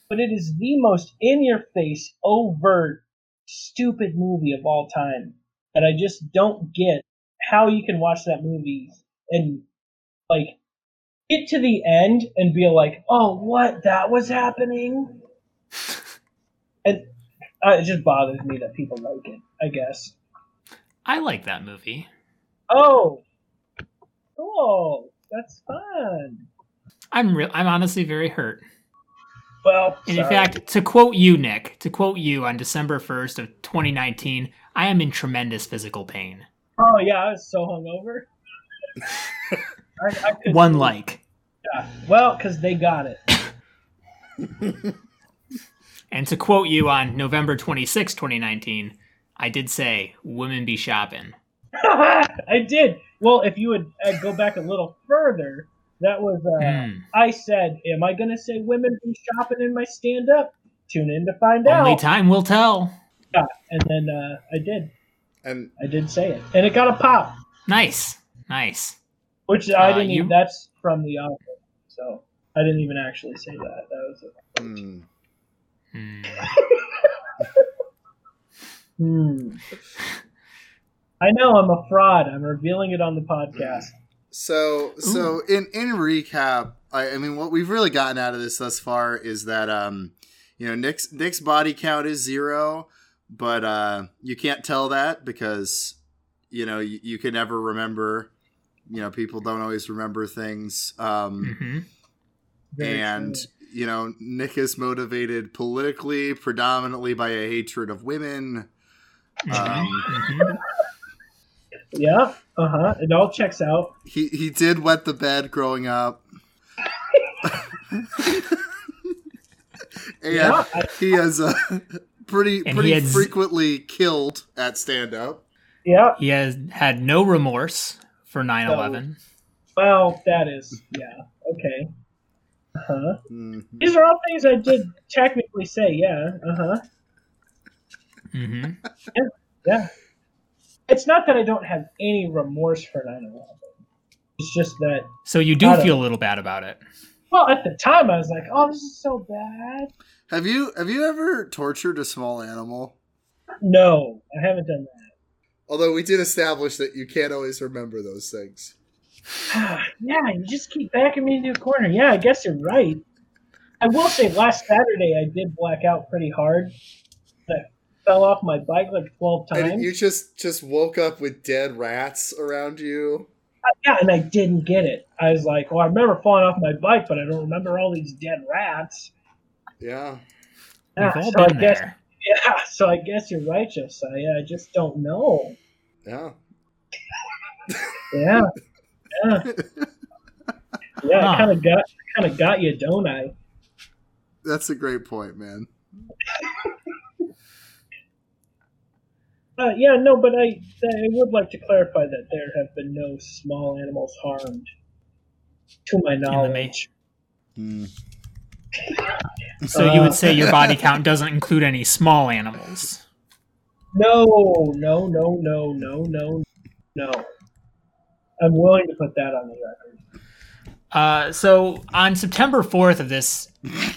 C: But it is the most in your face, overt, stupid movie of all time. And I just don't get how you can watch that movie and like get to the end and be like, "Oh, what that was happening," and uh, it just bothers me that people like it. I guess.
A: I like that movie.
C: Oh, cool. That's fun.
A: I'm real. I'm honestly very hurt.
C: Well,
A: And in
C: sorry.
A: fact, to quote you, Nick, to quote you on December 1st of 2019, I am in tremendous physical pain.
C: oh yeah, I was
A: (laughs)
C: so hungover. I, I could,
A: One like.
C: well, because they got it. (laughs)
A: And to quote you on November 26, 2019, I did say, women be shopping.
C: I did. Well, if you would uh, go back a little further, that was. Uh,
A: Mm.
C: I said, "Am I going to say women be shopping in my stand-up?" Tune in to find
A: Only
C: out.
A: time will tell.
C: and then uh, I did.
B: And
C: I did say it, and it got a pop,
A: Nice. Nice.
C: which I
A: Uh,
C: didn't.
A: you-
C: even, that's from the author, so I didn't even actually say that. That was a,
B: hmm,
A: Mm.
C: hmm. (laughs) I know I'm a fraud. I'm revealing it on the podcast.
B: so so in in recap, I, I mean, what we've really gotten out of this thus far is that um, you know, Nick's Nick's body count is zero, but uh, you can't tell that because you know you, you can never remember. You know, people don't always remember things. Um,
A: hmm
C: Very
B: and
C: true.
B: you know nick is motivated politically predominantly by a hatred of women
A: Mm-hmm.
B: um,
C: yeah, uh huh. It all checks out.
B: he, he did wet the bed growing up (laughs) and
C: Yeah, I-
B: he has uh, pretty
A: And
B: pretty
A: he had z-
B: frequently killed at stand up
C: yeah.
A: He has had no remorse for 9 11.
C: Well, that is yeah. Okay. Uh huh.
B: Mm-hmm.
C: These are all things I did technically say. Yeah. Uh huh.
A: hmm
C: Yeah. It's not that I don't have any remorse for 9/11. It's just that.
A: So you do
C: Got it.
A: feel a little bad about it.
C: Well, at the time I was like, "Oh, this is so bad."
B: have you have you ever tortured a small animal
C: No, I haven't done
D: Although we did establish that you can't always remember those things.
C: that. (sighs) yeah, you just keep backing me into a corner. Yeah, I guess you're right. I will say, last Saturday I did black out pretty hard. I fell off my bike like 12 times.
D: And you just just woke up with dead rats around you.
C: yeah, and I didn't get it. I was like, well, I remember falling off my bike, but I don't remember all these dead rats.
D: Yeah.
C: Yeah,
A: We've all
C: so I
A: been
C: guess,
A: there.
C: (laughs) yeah, so I guess you're right, Josiah. I just don't know.
D: Yeah.
C: Yeah, yeah,
A: (laughs)
C: yeah.
A: Huh.
C: I kind of got, kind of got you, don't I?
B: that's a great point man
C: Uh, yeah, no, but I, I would like to clarify that there have been no small animals harmed, to my
A: In the
C: knowledge.
A: ma-
B: Hmm.
A: so you
C: Uh.
A: would say your
C: (laughs)
A: body count doesn't include any small animals.
C: No, no, no, no, no, no, no. I'm willing to put that on the record.
A: Uh, so on September 4th of this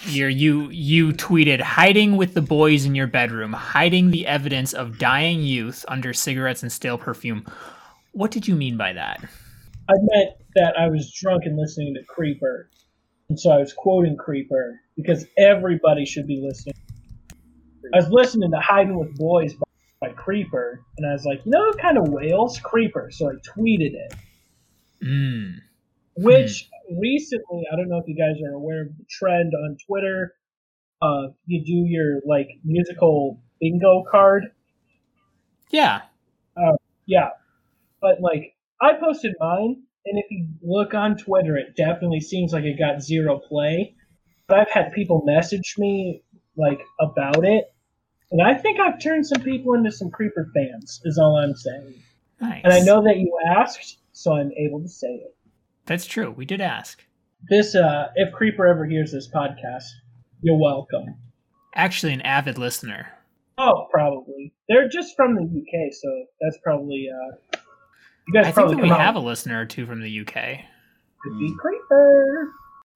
A: year, you you tweeted hiding with the boys in your bedroom, hiding the evidence of dying youth under cigarettes and stale perfume. What did you mean by that?
C: I meant that I was drunk and listening to Creeper, and so I was quoting Creeper because everybody should be listening. I was listening to Hiding with Boys by, by Creeper, and I was like, you know what kind of whales? Creeper. So I tweeted it,
A: Mm.
C: which recently, I don't know if you guys are aware of the trend on Twitter. Uh, you do your like musical bingo card
A: Yeah.
C: Yeah. But like I posted mine and if you look on Twitter it definitely seems like it got zero play. But I've had people message me like about it. And I think I've turned some people into some creeper fans is all I'm saying.
A: Nice.
C: And I know that you asked, so I'm able to say it.
A: that's true. We did ask.
C: This uh if Creeper ever hears this podcast, you're welcome.
A: Actually, an avid listener.
C: Oh, probably. They're just from the UK, so that's probably uh you guys
A: I think
C: probably
A: that we
C: come out
A: have a listener or two from the UK.
C: Could be Creeper.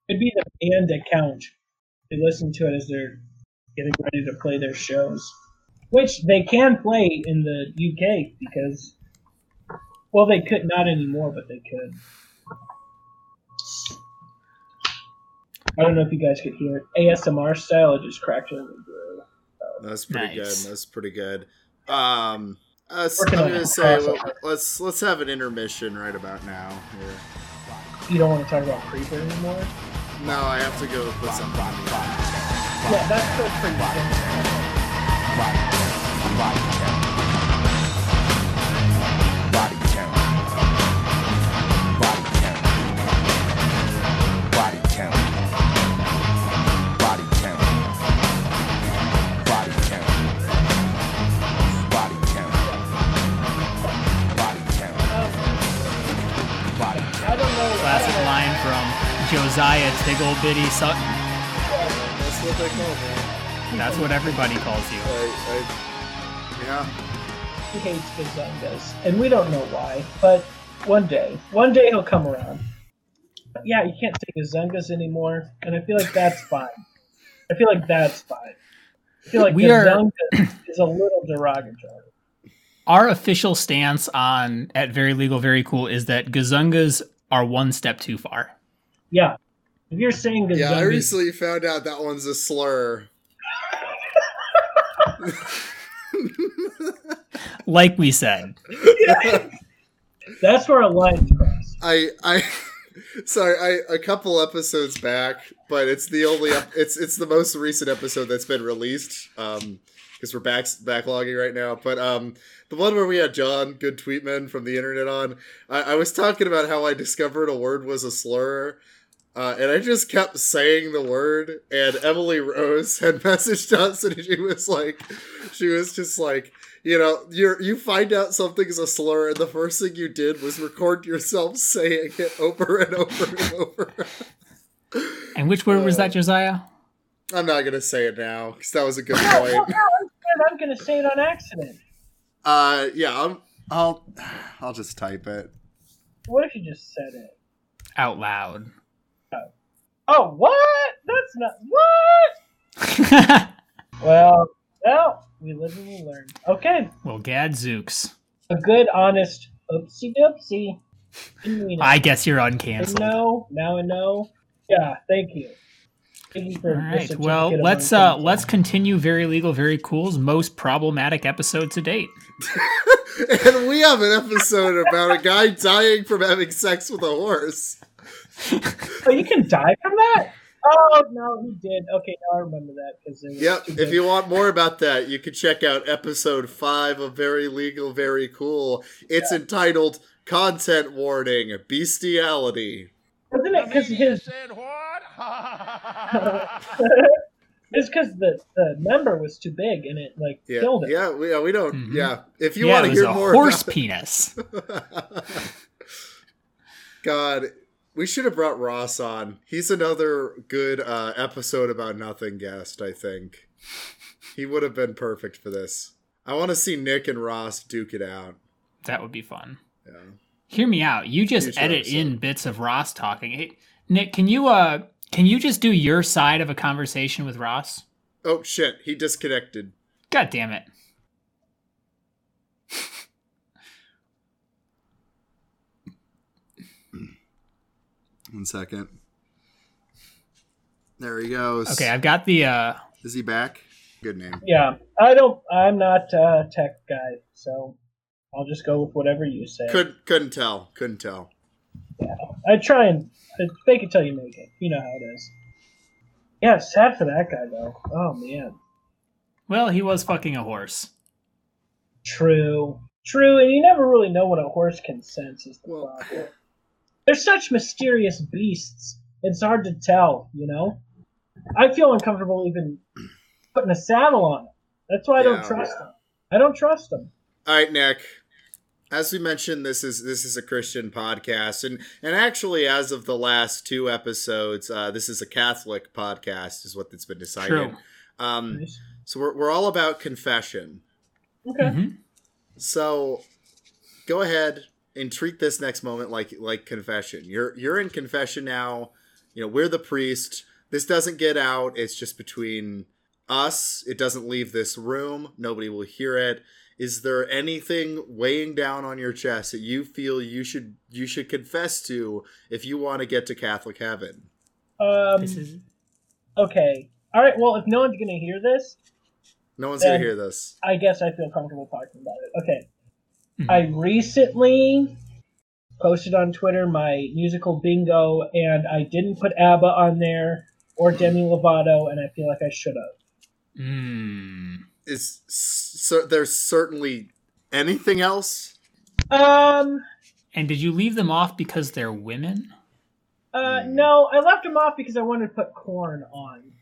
C: Could be the band account. They listen to it as they're getting ready to play their shows, which they can play in the UK because, well, they could not anymore, but they could. I don't know if you guys could hear it. ASMR style, it just cracked in the brew.
D: That's pretty
A: Nice.
D: good. That's pretty good. Um uh, so I'm
C: Working on
D: gonna
C: it.
D: say well, let's let's have an intermission right about now. Here.
C: You don't want to talk about Creeper anymore?
D: No, I have to go put something. on the-
C: Yeah, that's still pretty good.
E: Body count. Body count. Body count. Body count. Body count. Body count. Body count. Body count.
C: Oh. I don't know.
A: Classic line from Josiah Tiggle Bitty Sutton.
D: That's what they call me.
A: That's what everybody calls you.
D: I, I, yeah.
C: He hates gazongas, and we don't know why. But one day, one day he'll come around. But yeah, you can't say gazongas anymore, and I feel like that's fine. I feel like that's fine. I feel like
A: We are-
C: gazongas is a little derogatory.
A: Our official stance on at Very Legal, Very Cool is that gazungas are one step too far.
C: Yeah, if you're saying gazongas,
D: Yeah, I recently found out that one's a slur.
A: like we said.
C: That's where a line's crossed.
B: I I (laughs) sorry, I a couple episodes back, but it's the only ep- it's it's the most recent episode that's been released. Um because we're back backlogging right now, but um, the one where we had John Good Tweetman from the internet on, I, I was talking about how I discovered a word was a slur, uh, and I just kept saying the word. And Emily Rose had (laughs) messaged us, and she was like, she was just like, you know, you you find out something's a slur, and the first thing you did was record yourself saying it over and over and over.
A: And which word was that, Josiah?
B: I'm not gonna say it now because that was a good point.
C: And I'm gonna say it on accident.
F: Uh,
B: Yeah, I'm,
F: I'll I'll just type it.
C: What if you just said it?
A: Out loud. (laughs)
C: Oh, what? That's not what. Well, well, we live and we learn. Okay,
A: well, gadzooks.
C: a good, honest oopsie doopsie. Didn't mean it.
A: I guess you're
C: And
A: uncanceled.
C: no, now and no. Yeah, thank you. Thank you for
A: All
C: your
A: right.
C: certificate
A: Well,
C: of
A: let's uh
C: unconsent.
A: let's continue very legal, very cool's most problematic episode to date.
B: and we have an episode about a guy dying from having sex with a horse.
C: Oh, you can die from that? Oh no, he did. Okay, now I remember that because it was
B: Yep.
C: too
B: If
C: good.
B: you want more about that, you can check out episode five of Very Legal, Very Cool. It's entitled "Content Warning: Bestiality."
C: Wasn't it because his? (laughs) It's because the the member was too big and it like
B: Yeah,
C: killed it.
B: yeah, we, yeah, we don't.
A: Mhm.
B: Yeah, if you
A: yeah,
B: want
A: it
B: to
A: was
B: hear
A: a
B: more,
A: horse
B: about
A: penis.
B: (laughs) God, we should have brought Ross on. He's another good uh, episode about nothing guest, I think. He would have been perfect for this. I want to see Nick and Ross duke it out.
A: That would be fun.
B: Yeah.
A: Hear me out. You just
B: Future
A: edit
B: episode.
A: in bits of Ross talking. Hey, Nick, can you uh can you just do your side of a conversation with Ross?
B: Oh shit, he disconnected.
A: God damn it.
F: One second. There he goes.
A: Okay, I've got the uh
F: Is he back? Good name.
C: Yeah, I don't. I'm not uh, a tech guy, so I'll just go with whatever you say.
B: Couldn't couldn't tell. Couldn't tell.
C: I try and but fake it till you make it. You know how it is. Yeah, it's sad for that guy though. Oh man,
A: well, he was fucking a horse.
C: true, true, and you never really know what a horse can sense is the
B: Well-
C: problem. They're such mysterious beasts. It's hard to tell, you know. I feel uncomfortable even putting a saddle on it. That's why I don't
B: Yeah.
C: trust them. I don't trust them.
B: All right, Nick. As we mentioned, this is this is a Christian podcast, and and actually, as of the last two episodes, uh, this is a Catholic podcast, is what it's been decided.
A: True.
B: Um,
C: Nice.
B: so we're we're all about confession.
C: Okay.
A: Mhm.
B: So go ahead and treat this next moment like like confession. You're you're in confession now. You know, we're the priest. This doesn't get out. It's just between us. It doesn't leave this room. Nobody will hear it. Is there anything weighing down on your chest that you feel you should you should confess to if you want to get to Catholic heaven?
C: Um,
A: Mm-hmm. This is
C: okay. All right. Well, if no one's gonna hear this,
B: No one's gonna
C: Yeah.
B: hear this.
C: I guess I feel comfortable talking about it. Okay.
A: Mhm.
C: I recently posted on Twitter my musical bingo, and I didn't put ABBA on there or Demi Lovato, and I feel like I should have.
A: mm,
B: Is so there's certainly anything else?
C: Um,
A: And did you leave them off because they're women?
C: uh, no, I left them off because I wanted to put corn on.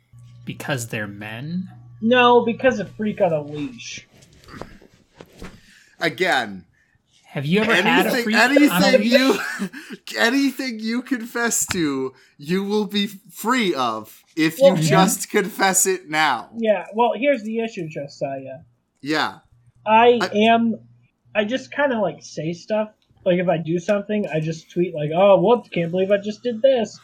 A: Because they're men?
C: No, because of Freak on a Leash.
F: Again,
A: Have you ever had a
F: anything,
A: freak on a
F: anything
A: leash?
F: you, (laughs) anything you confess to, you will be free of if
C: Well,
F: you
C: yeah.
F: just confess it now.
C: Yeah, well, here's the issue, Josiah.
F: Yeah,
C: I,
F: I-
C: am. I just kind of like say stuff. Like if I do something, I just tweet like, "Oh, whoops! Can't believe I just did this."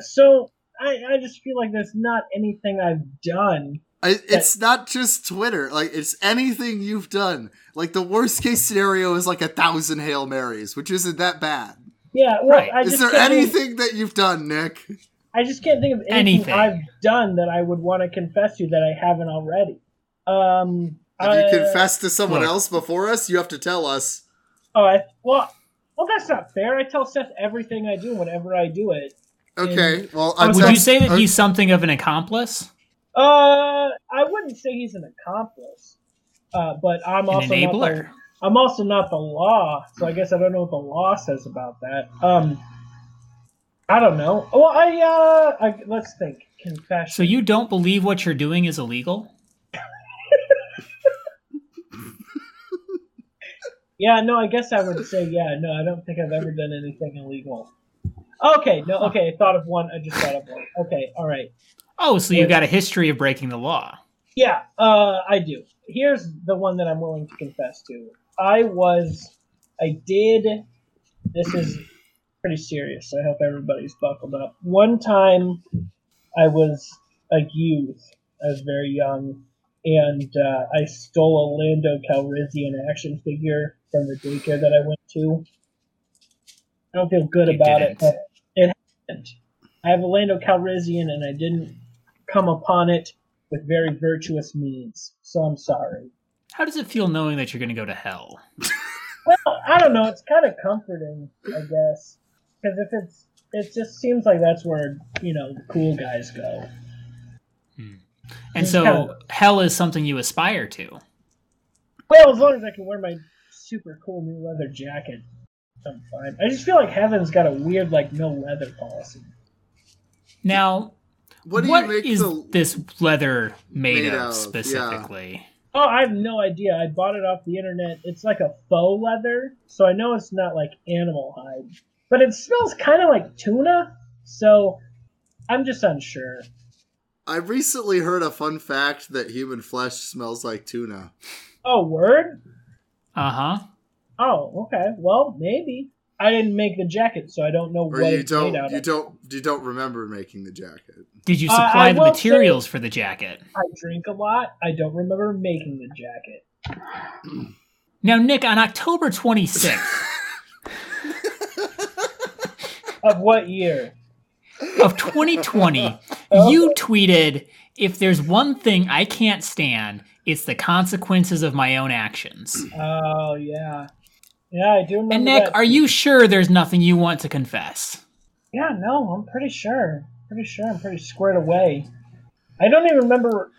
C: so I, I just feel like there's not anything I've done.
F: I, it's not just Twitter. Like it's anything you've done. Like the worst case scenario is like a thousand hail marys, which isn't that bad.
C: Yeah. Well,
A: Right.
C: I
F: Is
C: just
F: there
C: can't think-
F: anything that you've done, Nick?
C: I just can't think of anything,
A: Anything.
C: I've done that I would want to confess to that I haven't already. Um,
B: Have you
C: Uh,
B: confessed to someone
G: Look.
B: else before us? You have to tell us.
C: Oh, I, well, well, that's not fair. I tell Seth everything I do whenever I do it.
B: Okay. Well,
C: I
B: I'm
C: was-
A: Would
B: tell-
A: you say that
B: uh,
A: he's something of an accomplice?
C: Uh, I wouldn't say he's an accomplice, uh, but I'm
A: An
C: also Not
A: enabler?
C: the, I'm also not the law, so I guess I don't know what the law says about that. Um, I don't know. Well, I uh, I, let's think. Confession.
A: So you don't believe what you're doing is illegal?
C: Yeah, no, I guess I would say yeah. No, I don't think I've ever done anything illegal. Okay, no, okay, I thought of one. I just thought of one. Okay, all right.
A: Oh, so you've
C: Yeah.
A: got a history of breaking the law.
C: Yeah, uh, I do. Here's the one that I'm willing to confess to. I was, I did. This is pretty serious. I hope everybody's buckled up. One time, I was a youth. I was very young, and uh, I stole a Lando Calrissian action figure from the daycare that I went to. I don't feel good
A: You
C: about
A: didn't.
C: it, but it happened. I have a Lando Calrissian, and I didn't come upon it with very virtuous means. So I'm sorry.
A: How does it feel knowing that you're going to go to hell?
C: Well, I don't know. It's kind of comforting, I guess, because if it's, it just seems like that's where you know the cool guys go.
A: And
C: It's
A: so
C: kinda-
A: hell is something you aspire to.
C: Well, as long as I can wear my super cool new leather jacket, I'm fine. I just feel like heaven's got a weird like no leather policy.
A: Now,
B: what do you
A: what
B: make
A: is
B: the?
A: this leather made,
B: Made
A: of
B: of,
A: specifically?
C: Oh, I have no idea. I bought it off the internet. It's like a faux leather, so I know it's not like animal hide, but it smells kind of like tuna. So I'm just unsure.
B: I recently heard a fun fact that human flesh smells like tuna.
C: Oh, word?
A: Uh huh.
C: Oh, okay. Well, maybe. I didn't make the jacket, so I don't know
B: Or
C: what
B: you
C: it's made out
B: don't. You
C: of.
B: don't. You don't remember making the jacket.
A: Did you
C: Uh,
A: supply
C: I
A: the
C: will
A: materials for the jacket?
C: I drink a lot. I don't remember making the jacket.
A: Now, Nick, on October 26th
C: Of what year? (laughs)
A: of 2020,
C: Oh.
A: you tweeted, If there's one thing I can't stand, it's the consequences of my own actions.
C: Oh yeah, Oh, yeah, I do remember
A: And Nick,
C: that.
A: are you sure there's nothing you want to confess?
C: yeah, no, I'm pretty sure. Pretty sure I'm pretty squared away. I don't even remember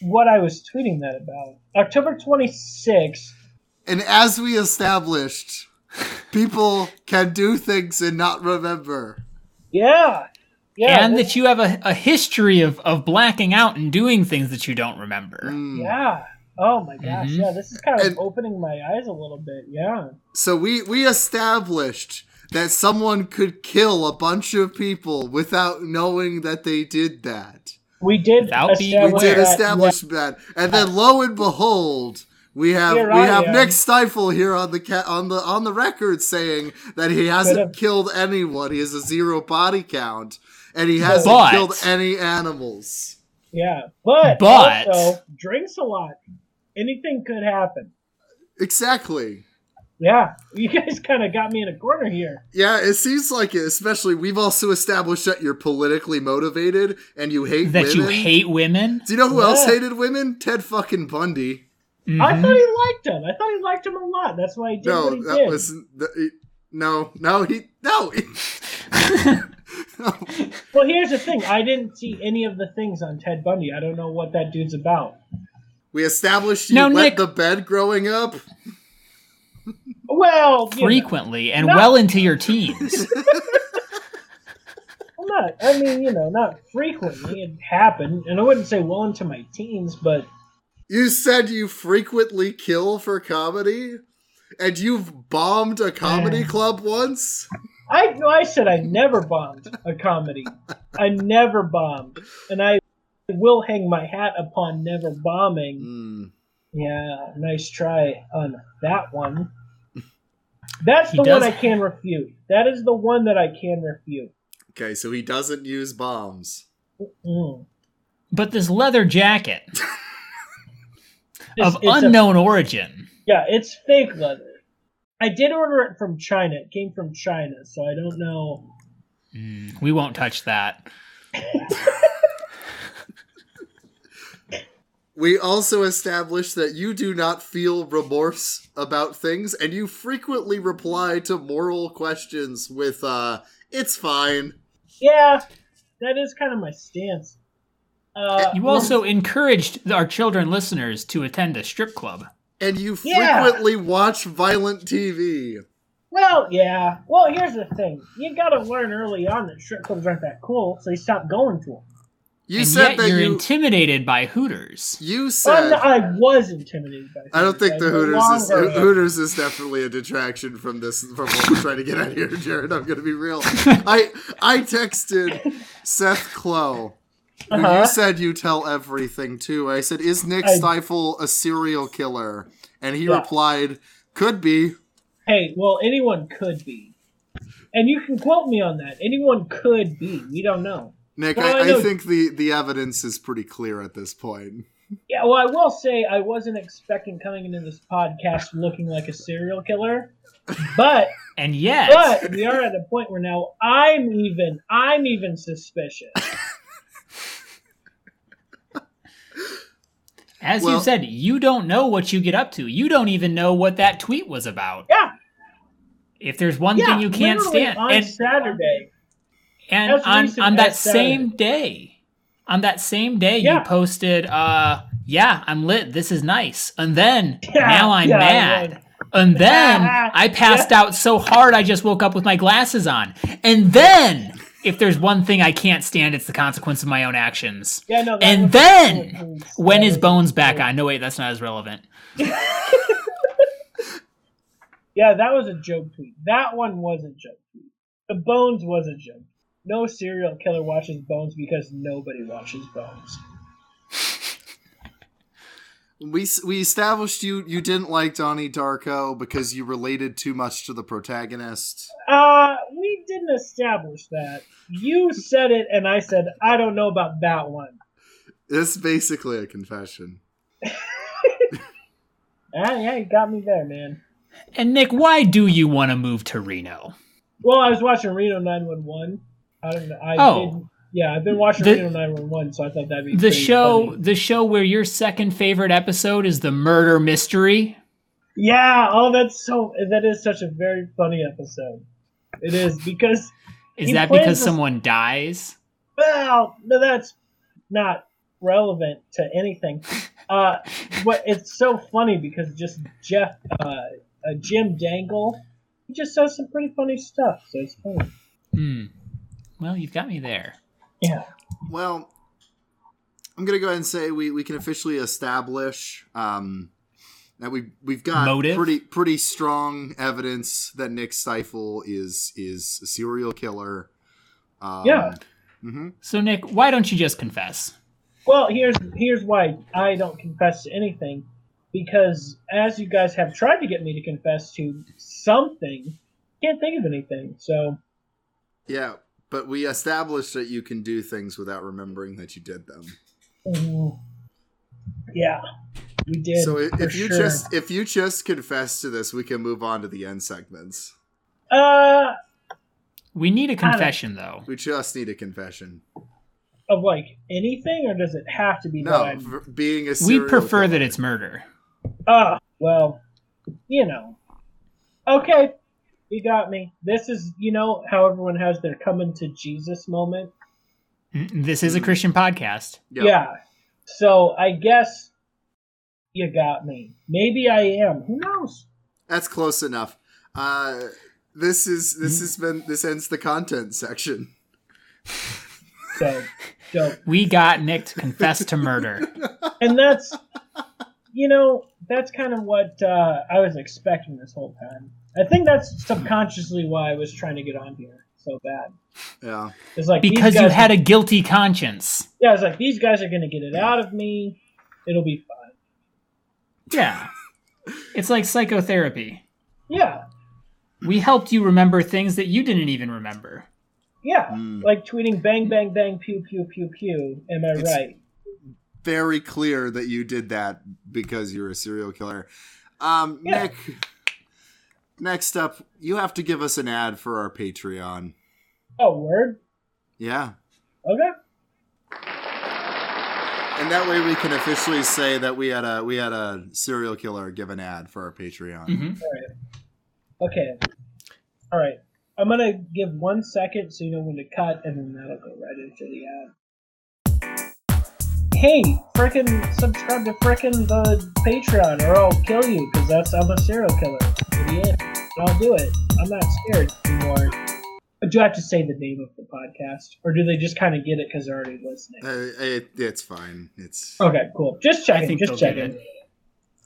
C: what I was tweeting that about. October 26th.
B: And as we established, people can do things and not remember.
C: Yeah, yeah,
A: and
C: this-
A: that you have a, a history of, of blacking out and doing things that you don't remember.
B: Mm.
C: yeah. Oh my gosh,
A: Mhm.
C: yeah. This is kind of
B: And-
C: opening my eyes a little bit. Yeah.
B: So we we established that someone could kill a bunch of people without knowing that they did that.
C: We did
A: Without being
B: We
C: establish
B: did
A: Where-
B: establish that, and then lo and behold, we have
C: Here
B: we
C: I
B: have
C: am.
B: Nick Stifle here on the ca- on the on the record saying that he hasn't
C: Could've-
B: killed anyone. He has a zero body count, and he hasn't
A: But-
B: killed any animals.
C: Yeah, but
A: But-
C: also drinks a lot. Anything could happen.
B: Exactly.
C: Yeah, you guys (laughs) kind of got me in a corner here.
B: Yeah, it seems like it. Especially, we've also established that you're politically motivated and you hate
A: That
B: women.
A: you hate women?
B: Do you know who else
C: Yeah.
B: hated women? Ted fucking Bundy.
C: I
A: Mhm.
C: thought he liked him. I thought he liked him a lot. That's why I did
B: Mm-hmm. No,
C: what he
B: that
C: did.
B: was th- he- no, no. He no. he- no.
C: Well, here's the thing. I didn't see any of the things on Ted Bundy. I don't know what that dude's about.
B: We established you
A: Now,
B: wet
A: Nick-
B: the bed growing up.
C: Well, you know,
A: Frequently and
C: No.
A: well into your teens. (laughs)
C: I'm not. I mean, you know, not frequently. It happened, and I wouldn't say well into my teens, but
B: You said you frequently kill for comedy, and you've bombed a comedy club once.
C: I no, I said I never bombed a comedy. I never bombed, and I will hang my hat upon never bombing.
B: Hmm.
C: Yeah, nice try on that one. That's
A: He
C: the
A: does-
C: one I can refute. That is the one that I can refute.
B: Okay, so he doesn't use bombs.
C: Mm.
A: but this leather jacket
C: It's-
A: of
C: it's a-
A: unknown origin.
C: yeah, it's fake leather. I did order it from China. It came from China, so I don't know.
A: Mm, we won't touch that.
B: We also established that you do not feel remorse about things, and you frequently reply to moral questions with, uh, it's fine.
C: Yeah, that is kind of my stance. Uh,
A: You also encouraged our children listeners to attend a strip club.
B: And you
C: Yeah.
B: frequently watch violent TV.
C: well, yeah. Well, here's the thing: you gotta learn early on that strip clubs aren't that cool, so you stop going to them.
B: You
A: and
B: said
A: yet
B: that
A: you're
B: you.
A: intimidated by Hooters.
B: you
C: Well,
B: said.
C: no, I was intimidated by.
B: I don't think the
C: Hooters,
B: Hooters
C: I
B: is
C: no longer am.
B: Hooters is definitely a detraction from this from what we're trying to get at here, Jared. I'm gonna be real. I I texted Seth Klo, who
C: Uh-huh.
B: you said you tell everything to. I said, "Is Nick
C: I-
B: Stifle a serial killer?" And he
C: Yeah.
B: replied, "Could be."
C: Hey, well, anyone could be, and you can quote me on that. Anyone could be. We don't know.
B: Nick,
C: Well, I
B: I, I,
C: know-
B: think the the evidence is pretty clear at this point.
C: Yeah, well, I will say I wasn't expecting coming into this podcast looking like a serial killer,
B: (laughs)
C: but
A: And yet,
C: but we are at a point where now I'm even I'm even suspicious.
A: as
B: well-
A: you said, you don't know what you get up to. You don't even know what that tweet was about.
C: Yeah,
A: If there's one
C: yeah.
A: thing you can't
C: literally
A: stand,
C: on
A: and,
C: Saturday.
A: and
C: as
A: on,
C: recent
A: on that
C: as Saturday.
A: same day, on that same day,
C: Yeah.
A: you posted, uh, "Yeah, I'm lit. This is nice." And then
C: Yeah,
A: now I'm
C: yeah, I
A: mad.
C: would.
A: And
C: (laughs)
A: then I passed out so hard I just woke up with my glasses on. And then, if there's one thing I can't stand, it's the consequence of my own actions.
C: Yeah, no. that
A: And
C: was-
A: then, when is Bones back on? No, wait, that's not as relevant.
C: Yeah, that was a joke tweet. That one was a joke tweet. The Bones was a joke. No serial killer watches Bones because nobody watches Bones.
B: We s- we established you you didn't like Donnie Darko because you related too much to the protagonist.
C: Uh, we didn't establish that. You said it, and I said I don't know about that one.
B: It's basically a confession.
C: Ah, yeah, you got me there, man.
A: And Nick, why do you want to move to Reno?
C: Well, I was watching Reno 911. I don't know. I
A: Oh.
C: did, yeah, I've been watching
A: The-
C: Reno 911, so I thought that'd be
A: The
C: pretty
A: show,
C: funny.
A: the show where your second favorite episode is the murder mystery.
C: Yeah. Oh, that's so. That is such a very funny episode. It is because
A: Is
C: He
A: that
C: plays
A: because
C: this-
A: someone dies?
C: well, no, that's not relevant to anything. Uh, what it's so funny because just Jeff, uh, uh, Jim Dangle, he just says some pretty funny stuff. So it's funny.
A: Hmm. Well, you've got me there.
C: Yeah.
B: Well, I'm gonna go ahead and say we, we can officially establish um, that we we've got
A: Motive?
B: pretty pretty strong evidence that Nick Stifle is is a serial killer. Um,
C: Yeah.
B: mhm.
A: So, Nick, why don't you just confess?
C: Well, here's here's why I don't confess to anything, because as you guys have tried to get me to confess to something, can't think of anything. So
B: Yeah, but we established that you can do things without remembering that you did them.
C: mm, yeah, we did.
B: so if,
C: for
B: if you
C: sure.
B: just if you just confess to this, we can move on to the end segments.
C: uh
A: We need a
C: don't-
A: confession, though.
B: We just need a confession.
C: of like anything, or does it have to be
B: No,
C: mine?
B: for being a
A: We
B: serial
A: prefer that
B: killer.
A: it's murder.
C: Ah, well, you know. Okay, you got me. This is you know how everyone has their coming to Jesus moment.
A: Mm, This is a Christian podcast.
B: Yep.
C: Yeah. So I guess you got me. Maybe I am. Who knows?
B: That's close enough. Uh, this is this has been this ends the content section.
C: So, so
A: We got Nick to confess
B: (laughs)
A: to murder.
C: and that's you know that's kind of what uh, I was expecting this whole time. I think that's subconsciously why I was trying to get on here so bad.
B: Yeah,
C: It's like these
A: Because you
C: guys-
A: had a guilty conscience.
C: yeah. I was like these guys are gonna get it out of me. It'll be fine.
A: Yeah. It's like psychotherapy.
C: Yeah,
A: We helped you remember things that you didn't even remember.
C: yeah.
B: Mm.
C: Like tweeting bang bang bang pew pew pew pew. Am I
B: It's-
C: right?
B: very clear that you did that because you're a serial killer. Um,
C: Yeah.
B: Nick, next up, you have to give us an ad for our Patreon.
C: Oh word.
B: Yeah,
C: Okay.
B: And that way we can officially say that we had a we had a serial killer give an ad for our Patreon.
C: Mm-hmm.
A: Mhm.
C: Okay. All right. I'm gonna give one second so you know when to cut, and then that'll go right into the ad. Hey, frickin' subscribe to frickin' the Patreon, or I'll kill you, because that's I'm a serial killer, idiot. I'll do it. I'm not scared anymore. Do I have to say the name of the podcast, or do they just kind of get it because they're already listening?
B: Uh, it, it's fine. It's
C: Okay, cool. Just
A: I
C: checking.
A: think
C: Just
A: they'll get
C: checking.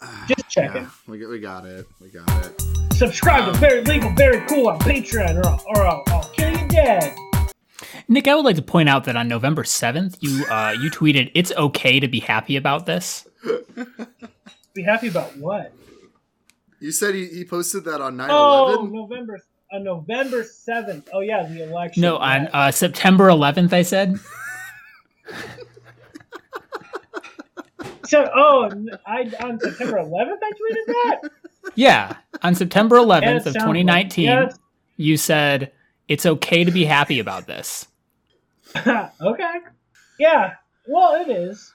B: uh,
C: Oh, Just checking.
B: yeah, we got we got it. We got it.
C: Subscribe
B: Um,
C: to Very Legal, Very Cool on Patreon, or I'll, or I'll, I'll kill you dead.
A: Nick, I would like to point out that on November seventh, you uh, you tweeted, "It's okay to be happy about this."
C: Be happy about what?
B: You said he, he posted that on 9-11?
C: Oh, November on November seventh. Oh yeah, the election.
A: No,
C: Yeah.
A: on uh, September eleventh, I
C: (laughs)
A: said.
C: so oh, n- I on September eleventh I
A: (laughs)
C: tweeted that.
A: Yeah, on September
C: Yeah, it
A: 11th of
C: sounds like-
A: 2019,
C: yeah,
A: you said it's okay to be happy about this.
C: it's- (laughs) okay. Yeah. Well, it is.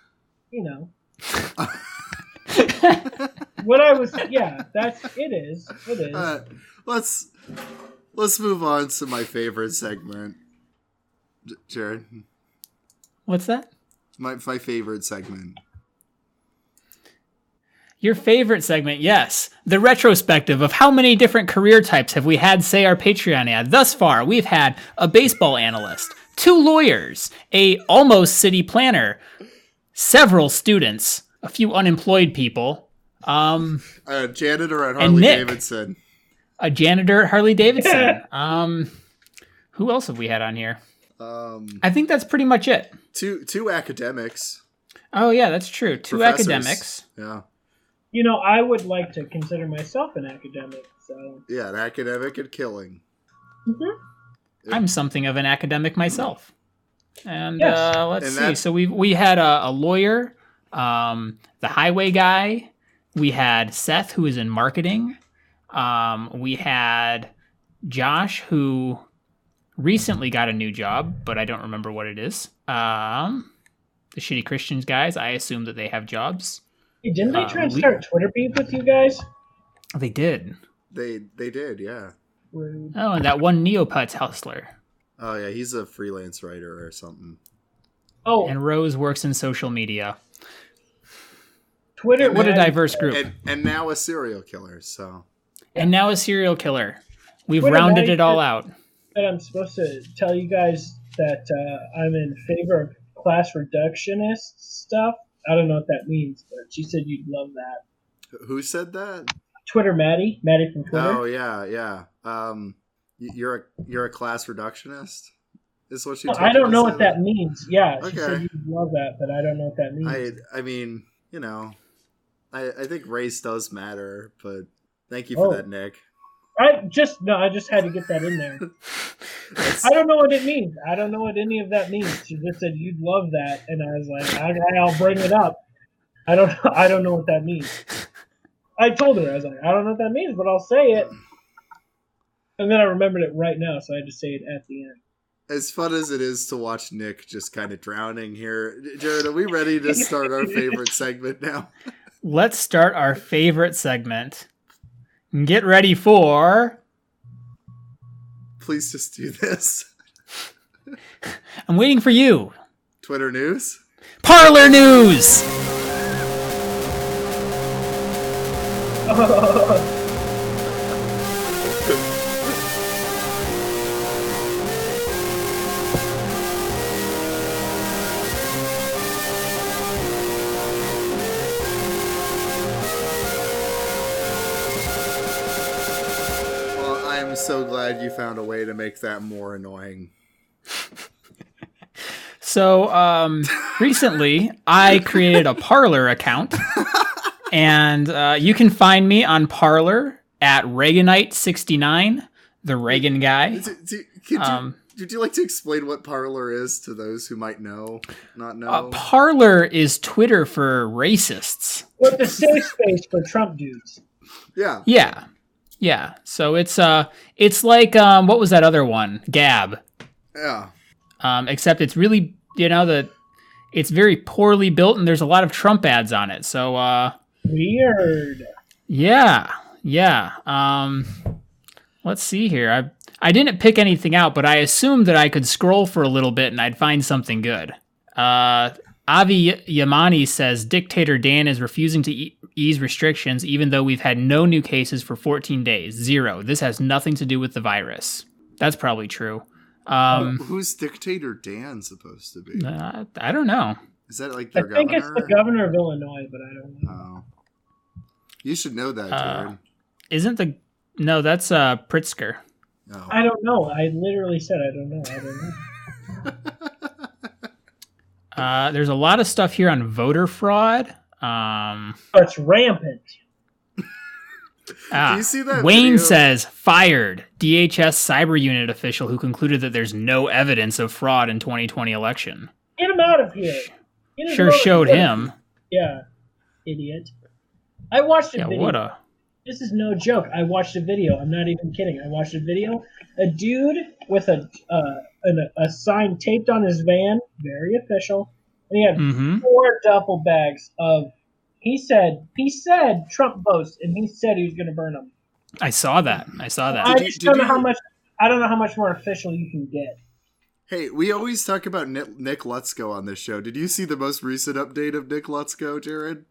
C: You know. what I was. Yeah, that's it is. It is.
B: Uh, let's let's move on to my favorite segment. J- Jared,
A: What's that?
B: my my favorite segment.
A: Your favorite segment, yes. The retrospective of how many different career types have we had say our Patreon ad. Thus far, we've had a baseball analyst, two lawyers, a almost city planner, several students, a few unemployed people, um,
B: Uh, janitor at Harley
A: Nick.
B: Davidson.
A: a janitor at Harley
C: (laughs)
A: Davidson. um, who else have we had on here?
B: Um,
A: I think that's pretty much it.
B: two two academics.
A: Oh yeah, that's true. Two
B: professors.
A: academics.
B: Yeah,
C: you know, I would like to consider myself an academic. So.
B: yeah, an academic and killing.
A: I'm something of an academic myself. And
C: Yes.
A: uh, let's
B: And
A: see.
B: that-
A: So we we had a, a lawyer, um, the highway guy. We had Seth, who is in marketing. Um, we had Josh, who recently got a new job, but I don't remember what it is. Um, the shitty Christians guys. I assume that they have jobs.
C: Hey, didn't they
A: Uh,
C: try and
A: we-
C: start a Twitter beef with you guys?
A: They did.
B: They they did, yeah.
C: Rude.
A: Oh, and that one Neopets hustler.
B: Oh yeah, he's a freelance writer or something.
C: Oh,
A: And Rose works in social media.
C: Twitter.
A: What a
C: man.
A: diverse group.
B: And and now a serial killer. So
A: and now a serial killer. We've
C: What a
A: rounded
C: nice-
A: it all out.
C: that I'm supposed to tell you guys that uh, I'm in favor of class reductionist stuff. I don't know what that means, but she said you'd love that.
B: who said that?
C: Twitter Maddie, Maddie from Twitter.
B: Oh yeah, yeah. Um, y- you're a you're a class reductionist. Is what she?
C: No,
B: told
C: I
B: you
C: don't
B: to
C: know
B: say
C: what that means. Yeah, she said
B: Okay.
C: you'd love that, but I don't know what that means.
B: I I mean, you know, I I think race does matter, but thank you
C: Oh.
B: for that, Nick.
C: I just no, I just had to get that in there.
B: That's-
C: I don't know what it means. I don't know what any of that means. She just said you'd love that, and I was like, I, I'll bring it up. I don't, (laughs) I don't know what that means. I told her I was like, I don't know what that means, but I'll say it. And then I remembered it right now, so I had to say it at the end. (laughs)
B: as fun as it is to watch Nick just kind of drowning here, Jared, are we ready to start our favorite segment now?
A: Let's start our favorite segment. Get ready for.
B: Please just do this.
A: I'm waiting for you.
B: Twitter news.
A: Parlor news.
B: Well, I am so glad you found a way to make that more annoying.
A: So,
C: (laughs)
A: um, recently I created a Parlor
C: (laughs)
A: account, and uh, you can find me on Parlor at Reaganite69, the Reagan guy.
B: Do, do, could
A: Um,
B: you, would you like to explain what Parlor is to those who might know, not know?
A: Uh, Parlor is Twitter for racists.
C: What the safe space for Trump dudes?
B: yeah,
A: Yeah. Yeah. So it's uh it's like um what was that other one? Gab.
B: yeah.
A: Um except it's really you know the It's very poorly built, and there's a lot of Trump ads on it. So uh,
C: Weird.
A: yeah, yeah. Um, let's see here. I I didn't pick anything out, but I assumed that I could scroll for a little bit and I'd find something good. Uh, Avi Yamani says dictator Dan is refusing to e- ease restrictions, even though we've had no new cases for 14 days. Zero. This has nothing to do with the virus. That's probably true. Um,
B: Who's dictator Dan supposed to be?
A: uh, I don't know.
B: Is that like
C: I
B: their
C: think it's
B: governor?
C: the governor of Illinois, but I don't know.
B: Oh. You should know that,
A: Uh,
B: Jared.
A: Isn't the no? That's uh, Pritzker.
B: No.
C: I don't know. I literally said I don't know. I don't know.
A: Uh, there's a lot of stuff here on voter fraud. Um,
C: But it's rampant.
A: ah,
D: you see that
A: Wayne
D: video?
A: says fired DHS cyber unit official who concluded that there's no evidence of fraud in 2020 election.
C: Get him out of here. Get his
A: Sure
C: mother-
A: showed him.
C: Yeah, idiot. I watched a
A: Yeah,
C: video.
A: what a
C: This is no joke. I watched a video. I'm not even kidding. I watched a video. A dude with a uh, an, a sign taped on his van, very official, and he had
A: mm-hmm.
C: four duffel bags of. He said he said Trump votes, and he said he was going to burn them.
A: I saw that. I saw that.
C: I
B: Did you-
C: just
B: did
C: don't know
B: you-
C: how much. I don't know how much more official you can get.
B: Hey, we always talk about Nick, Nick Lutzko on this show. Did you see the most recent update of Nick Lutzko, Jared?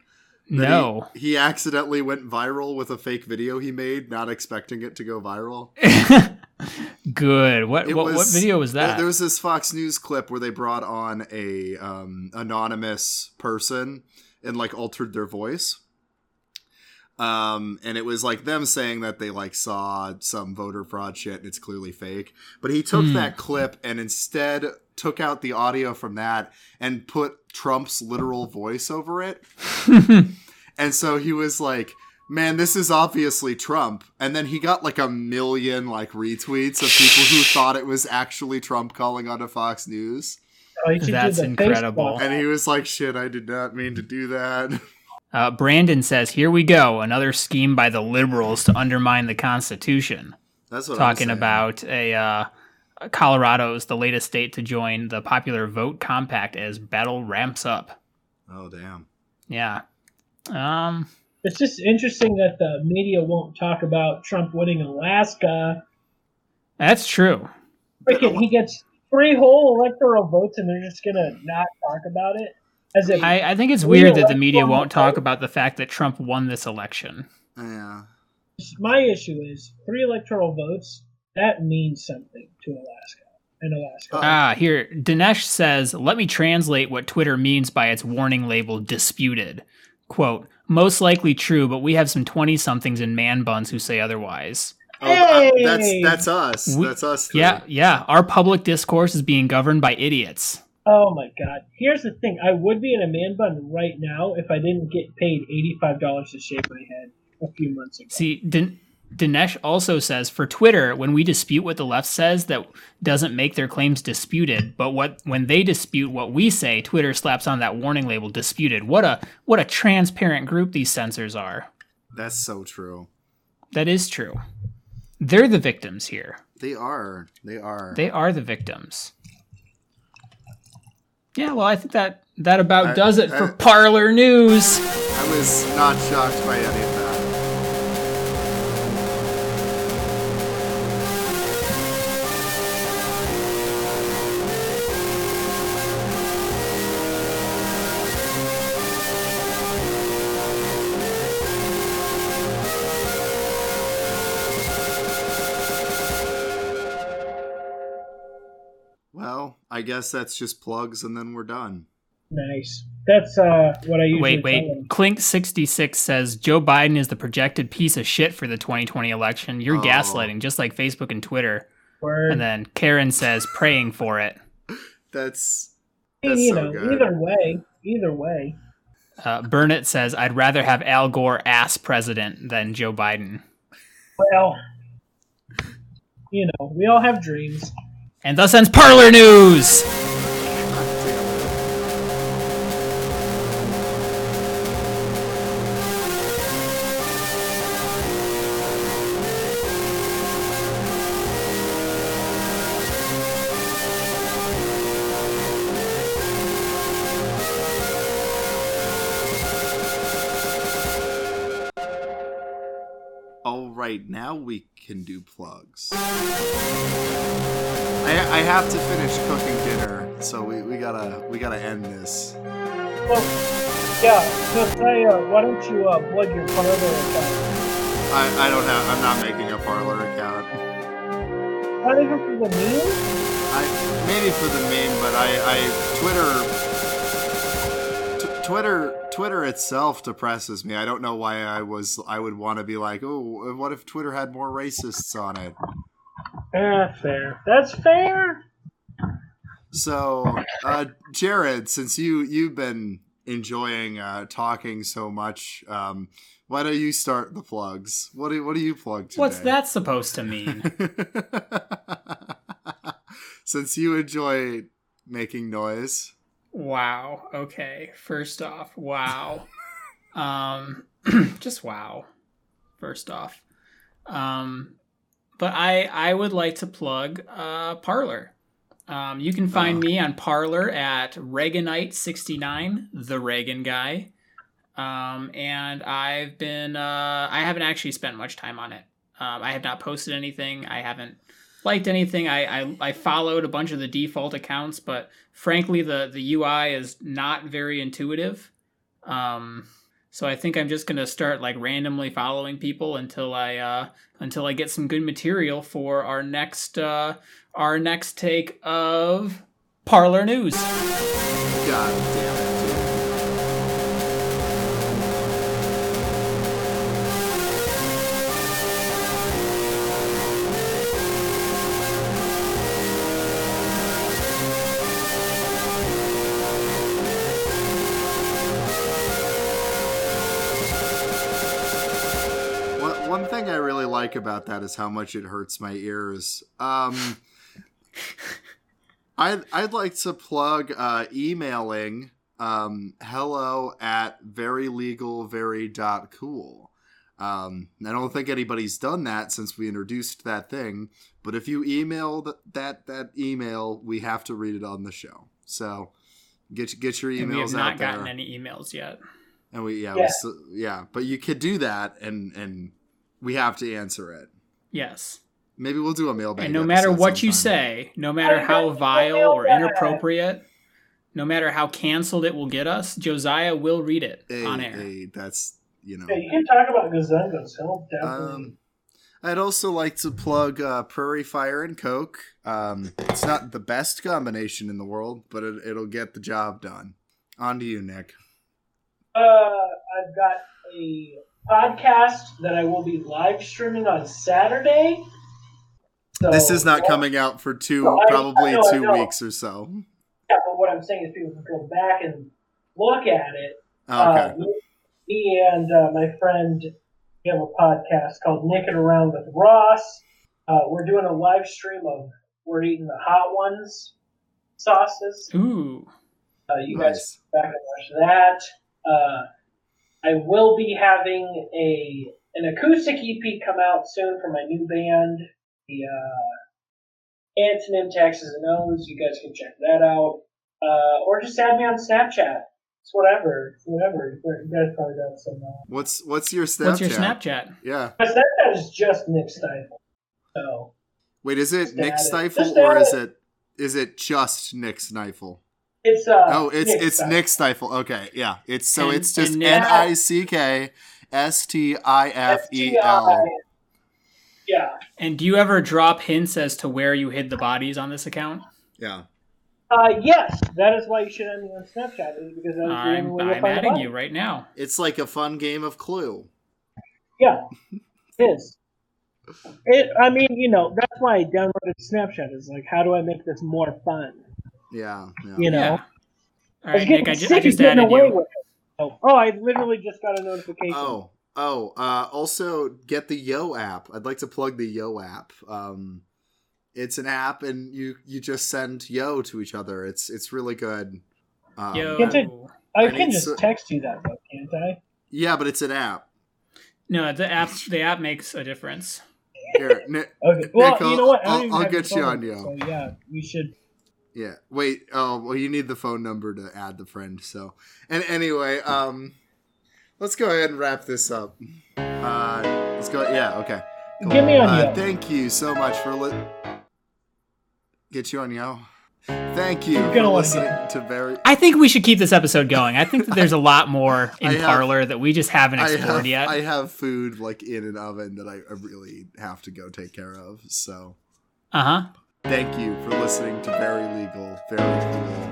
B: That
A: no.
B: He, he accidentally went viral with a fake video he made, not expecting it to go viral.
A: (laughs) Good. What
B: It
A: what, what
B: was-
A: video was
B: There-
A: that?
B: There was this Fox News clip where they brought on a um, anonymous person and like altered their voice. Um, and it was like them saying that they like saw some voter fraud shit and it's clearly fake. But he took
A: Hmm.
B: that clip and instead took out the audio from that and put Trump's literal voice over it. And so he was like, "Man, this is obviously Trump." And then he got like a million like retweets of people who thought it was actually Trump calling onto Fox News.
C: Oh, you should do
A: That's
C: the face
A: incredible.
C: bump.
B: And he was like, "Shit, I did not mean to do that."
A: (laughs) Uh, Brandon says, "Here we go, another scheme by the liberals to undermine the Constitution."
B: (laughs) That's what I'm
A: talking
B: saying.
A: about a uh, Colorado is the latest state to join the popular vote compact as battle ramps up.
B: Oh damn.
A: Yeah. Um.
C: It's just interesting that the media won't talk about Trump winning Alaska.
A: That's true.
C: Freaking, he gets three whole electoral votes, and they're just gonna not talk about it. As if
A: I, I think it's
C: We
A: weird that the media
C: elect
A: won't
C: one, right?
A: talk about the fact that Trump won this election.
B: Yeah.
C: my issue is three electoral votes. That means something to Alaska and Alaska.
A: Ah, here. Dinesh says, let me translate what Twitter means by its warning label disputed. Quote, most likely true, but we have some 20 somethings in man buns who say otherwise.
B: Oh, I- that's
C: Hey!
B: that's us.
A: We-
B: that's us. three.
A: Yeah, yeah. Our public discourse is being governed by idiots.
C: oh my God! Here's the thing: I would be in a man bun right now if I didn't get paid eighty-five dollars to shave my head a few months ago.
A: See, Din- Dinesh also says for Twitter, when we dispute what the left says, that doesn't make their claims disputed. But what when they dispute what we say, Twitter slaps on that warning label "disputed." What a what a transparent group these censors are.
B: That's so true.
A: That is true. They're the victims here.
B: They are. They are.
A: They are the victims. Yeah, well, I think that that about does it for
B: I-
A: parlor news.
B: I was not shocked by any of that. Well, I guess that's just plugs and then we're done.
C: Nice. That's uh, what I usually
A: Wait,
C: tell them.
A: wait. Clink66 says Joe Biden is the projected piece of shit for the 2020 election. You're
B: Oh.
A: gaslighting, just like Facebook and Twitter.
C: Word.
A: And then Karen says praying for it.
B: That's
C: I mean,
B: That's
C: you
B: so
C: know,
B: good.
C: either way, either way.
A: Uh, Burnett says I'd rather have Al Gore ass president than Joe Biden.
C: Well, you know, we all have dreams.
A: And thus ends Parlor News.
B: right now we can do plugs. I, I have to finish cooking dinner, so we, we gotta we gotta end this.
C: Well, yeah, Josiah, why don't you uh, plug your Parlor account?
B: I, I don't have I'm not making a parlor account.
C: Not even for the meme?
B: I maybe for the meme, but I, I Twitter t- Twitter Twitter itself depresses me. I don't know why I was I would want to be like, oh, what if Twitter had more racists on it?
C: Ah, fair. That's fair.
B: So, uh, Jared, since you you've been enjoying uh, talking so much, um, why don't you start the plugs? What do what do you plug today?
A: What's that supposed to mean?
B: (laughs) since you enjoy making noise,
A: (laughs) wow. Okay. First off, wow. um, (clears throat) just wow. First off, um, but I I would like to plug uh Parlor. Um, you can find
B: Uh.
A: me on Parlor at Reaganite69, the Reagan guy. Um, and I've been uh, I haven't actually spent much time on it. Um, I have not posted anything. I haven't liked anything. I, I I followed a bunch of the default accounts, but frankly, the the UI is not very intuitive. Um, so I think I'm just gonna start like randomly following people until I uh, until I get some good material for our next uh, our next take of parlor news.
B: God damn it. dude. One, one thing I really like about that is how much it hurts my ears.
A: (laughs)
B: Um, I'd, I'd like to plug uh, emailing um, hello at verylegalvery.cool. Um, I don't think anybody's done that since we introduced that thing, but if you email th- that that email, we have to read it on the show. So get get your emails
A: And we have
B: out
A: not
B: there.
A: gotten any emails yet.
B: And we yeah,
C: Yeah.
B: We still, yeah, but you could do that and and we have to answer it.
A: Yes.
B: Maybe we'll do a mailbag.
A: And no matter
B: episode
A: what you
B: sometime.
A: say, no matter
C: I
A: how
C: got the
A: vile or
C: mailbag.
A: inappropriate, no matter how canceled it will get us, Josiah will read it on
B: Hey,
A: air.
B: hey, that's you know.
C: Yeah, you can talk about Gazengos. He'll definitely.
B: Um, I'd also like to plug uh, Prairie Fire and Coke. Um, it's not the best combination in the world, but it, it'll get the job done. On to you, Nick.
C: Uh, I've got a podcast that I will be live streaming on Saturday. So-
B: this is not coming out for two,
C: No, I- I
B: probably
C: know, I
B: two
C: know.
B: weeks or so.
C: Yeah, but what I'm saying is people can go back and look at it.
B: Okay.
C: Uh, me- me and uh, my friend we have a podcast called Nicking Around with Ross. Uh, we're doing a live stream of we're eating the hot ones sauces.
A: Ooh.
C: Uh, you guys
B: nice.
C: back and watch that. Uh, I will be having a an acoustic EP come out soon for my new band, the uh, Antonym Taxes and O's. You guys can check that out, uh, or just add me on Snapchat. It's whatever, it's whatever. You guys probably got some. Uh,
B: What's what's your Snapchat?
A: What's your Snapchat?
B: Yeah.
C: my Snapchat is just Nick Stifle. So
B: Wait, is it
C: Just
B: Nick
C: add it.
B: Stifle
C: Just
B: or
C: add
B: is
C: it.
B: it is it just Nick Stifle?
C: it's uh.
B: Oh, it's it's
C: Stifle.
B: Nick Stifle. Okay, yeah. It's so
A: And-
B: it's just
A: and Nick-
B: N I C K S T I F E L.
C: Yeah.
A: And do you ever drop hints as to where you hid the bodies on this account?
B: Yeah.
C: Uh, yes, that is why you should add me on Snapchat is because that's the only
A: I'm,
C: way you'll
A: I'm
C: find
A: adding
C: out.
A: you right now.
B: It's like a fun game of Clue.
C: Yeah, it is. It. I mean, you know, that's why I downloaded Snapchat. Is like, how do I make this more fun?
B: Yeah. Yeah.
C: You know,
A: Yeah. All right,
C: It's getting
A: Nick, I, ju- I
C: sick of
A: just
C: getting
A: added
C: away
A: you.
C: with it. Oh, oh, I literally just got a notification.
B: Oh. Oh, uh, also get the Yo app. I'd like to plug the Yo app. Um, it's an app, and you you just send Yo to each other. It's it's really good. Um,
C: Get it.
A: Yo.
C: I
B: I
C: can
B: need
C: just
B: so-
C: text you that though, can't I?
B: Yeah, but it's an app.
A: No, the app the app makes a difference.
B: Here, Nick,
C: Okay. Well,
B: Nick,
C: you know
B: I'll-
C: what? I don't
B: I'll-
C: even
B: I'll
C: have your
B: get you
C: phone,
B: on you.
C: So yeah, you should.
B: Yeah. Wait. Oh, well, you need the phone number to add the friend. So, and anyway, um, let's go ahead and wrap this up. Uh, let's go. Yeah. Okay.
C: Give me on
B: Uh,
C: Yo.
B: thank you so much for li- get you on yo. Thank you for
C: gonna like
B: listening to very.
A: I think we should keep this episode going. I think that there's a lot more
B: (laughs) I
A: in
B: have-
A: Parlor that we just haven't
B: I
A: explored
B: have,
A: yet.
B: I have food like in an oven that I I really have to go take care of. So
A: uh huh.
B: thank you for listening to very legal, very cool,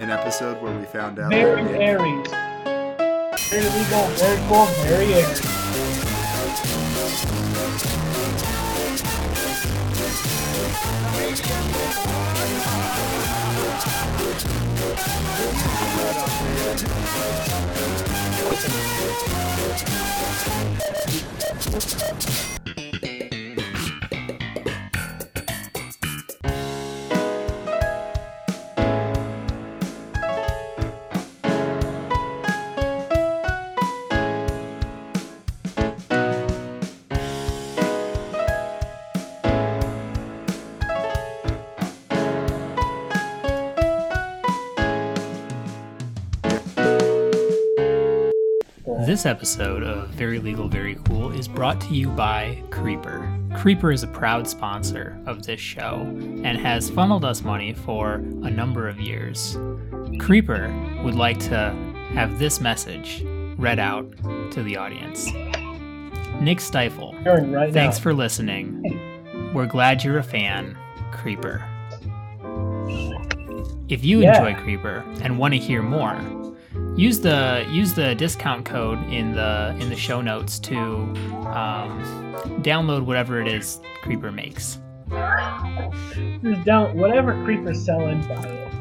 B: an episode where we found out.
C: Very
B: that-
C: Aries. Very legal, very cool, very Aries.
A: This episode of Very Legal, Very Cool is brought to you by Creeper. Creeper is a proud sponsor of this show and has funneled us money for a number of years. Creeper would like to have this message read out to the audience. Nick Stifel,
C: During right
A: thanks
C: now.
A: for listening. We're glad you're a fan, Creeper. If you
C: Yeah.
A: enjoy Creeper and want to hear more, use the use the discount code in the in the show notes to um, download whatever it is Creeper makes.
C: Just down whatever creeper's selling. buy it.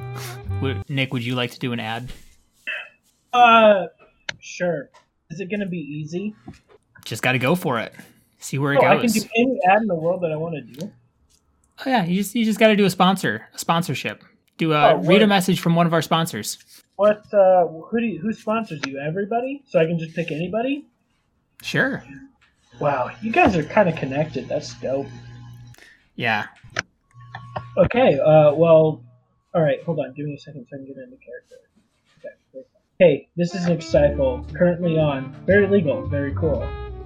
A: Would- Nick, would you like to do an ad?
C: Uh, sure. Is it gonna be easy?
A: Just got to go for it. See where it
C: Oh, I can
A: goes.
C: do any ad in the world that I want to do.
A: oh yeah, you just you just got to do a sponsor, a sponsorship. Do a
C: Oh,
A: read a
C: word.
A: message from one of our sponsors.
C: What? Uh, who do you, who sponsors you? Everybody? So I can just pick anybody?
A: Sure.
C: Wow, you guys are kind of connected. That's dope.
A: Yeah.
C: Okay, uh, well, alright, hold on. Give me a second so I can get into character. Okay, great. Hey, this is Nick Seifel, currently on Very Legal, Very Cool.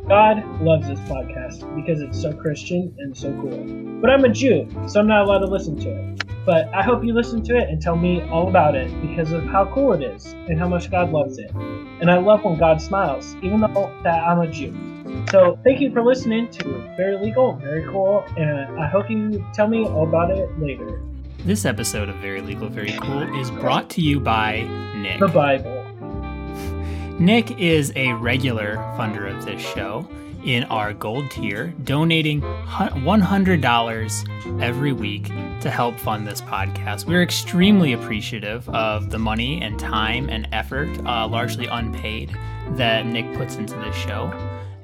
C: God loves this podcast because it's so Christian and so cool. But I'm a Jew, so I'm not allowed to listen to it. But I hope you listen to it and tell me all about it because of how cool it is and how much God loves it. And I love when God smiles, even though that I'm a Jew. So thank you for listening to Very Legal, Very Cool, and I hope you tell me all about it later.
A: This episode of Very Legal, Very Cool is brought to you by Nick.
C: The Bible.
A: Nick is a regular funder of this show in our gold tier, donating hu- $100 every week to help fund this podcast. We're extremely appreciative of the money and time and effort, uh, largely unpaid, that Nick puts into this show.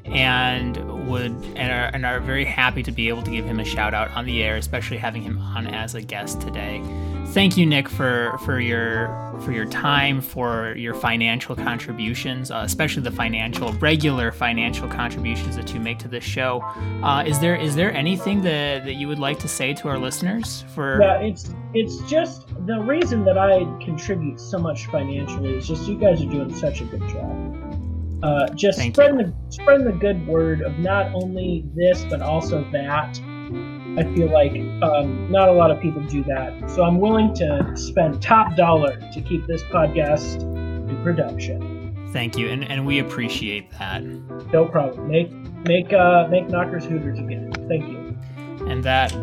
A: And would and are, and are very happy to be able to give him a shout out on the air, especially having him on as a guest today thank you nick for for your for your time for your financial contributions uh, especially the financial regular financial contributions that you make to this show uh, is there is there anything that that you would like to say to our listeners for
C: Yeah, it's it's just the reason that I contribute so much financially is just you guys are doing such a good job. Uh, just
A: Thank
C: spreading the spreading the good word of not only this but also that. I feel like um, not a lot of people do that, so I'm willing to spend top dollar to keep this podcast in production.
A: thank you and and we appreciate that
C: No problem. Make make uh, make knockers hooters again. Thank you.
A: and that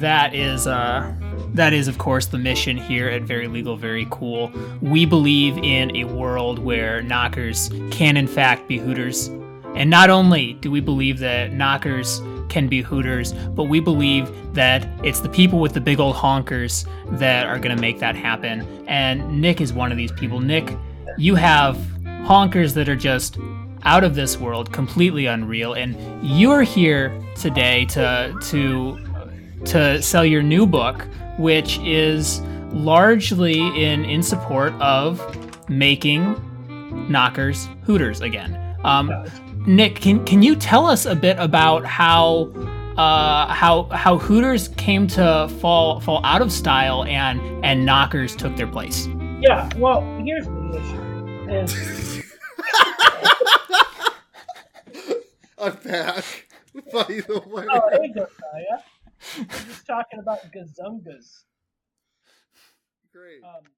A: that is uh that is of course the mission here at very legal very cool we believe in a world where knockers can in fact be hooters and not only do we believe that knockers can be hooters but we believe that it's the people with the big old honkers that are going to make that happen and nick is one of these people nick you have honkers that are just out of this world, completely unreal, and you're here today to to to sell your new book, which is largely in in support of making knockers hooters again. Um, Nick, can can you tell us a bit about how uh, how how hooters came to fall fall out of style and and knockers took their place?
C: Yeah, well, here's the issue. Is
D: I'm back.
B: (laughs) By the way,
C: Oh, hey, Gosiah. We're just talking about gazungas.
B: great.
C: Um,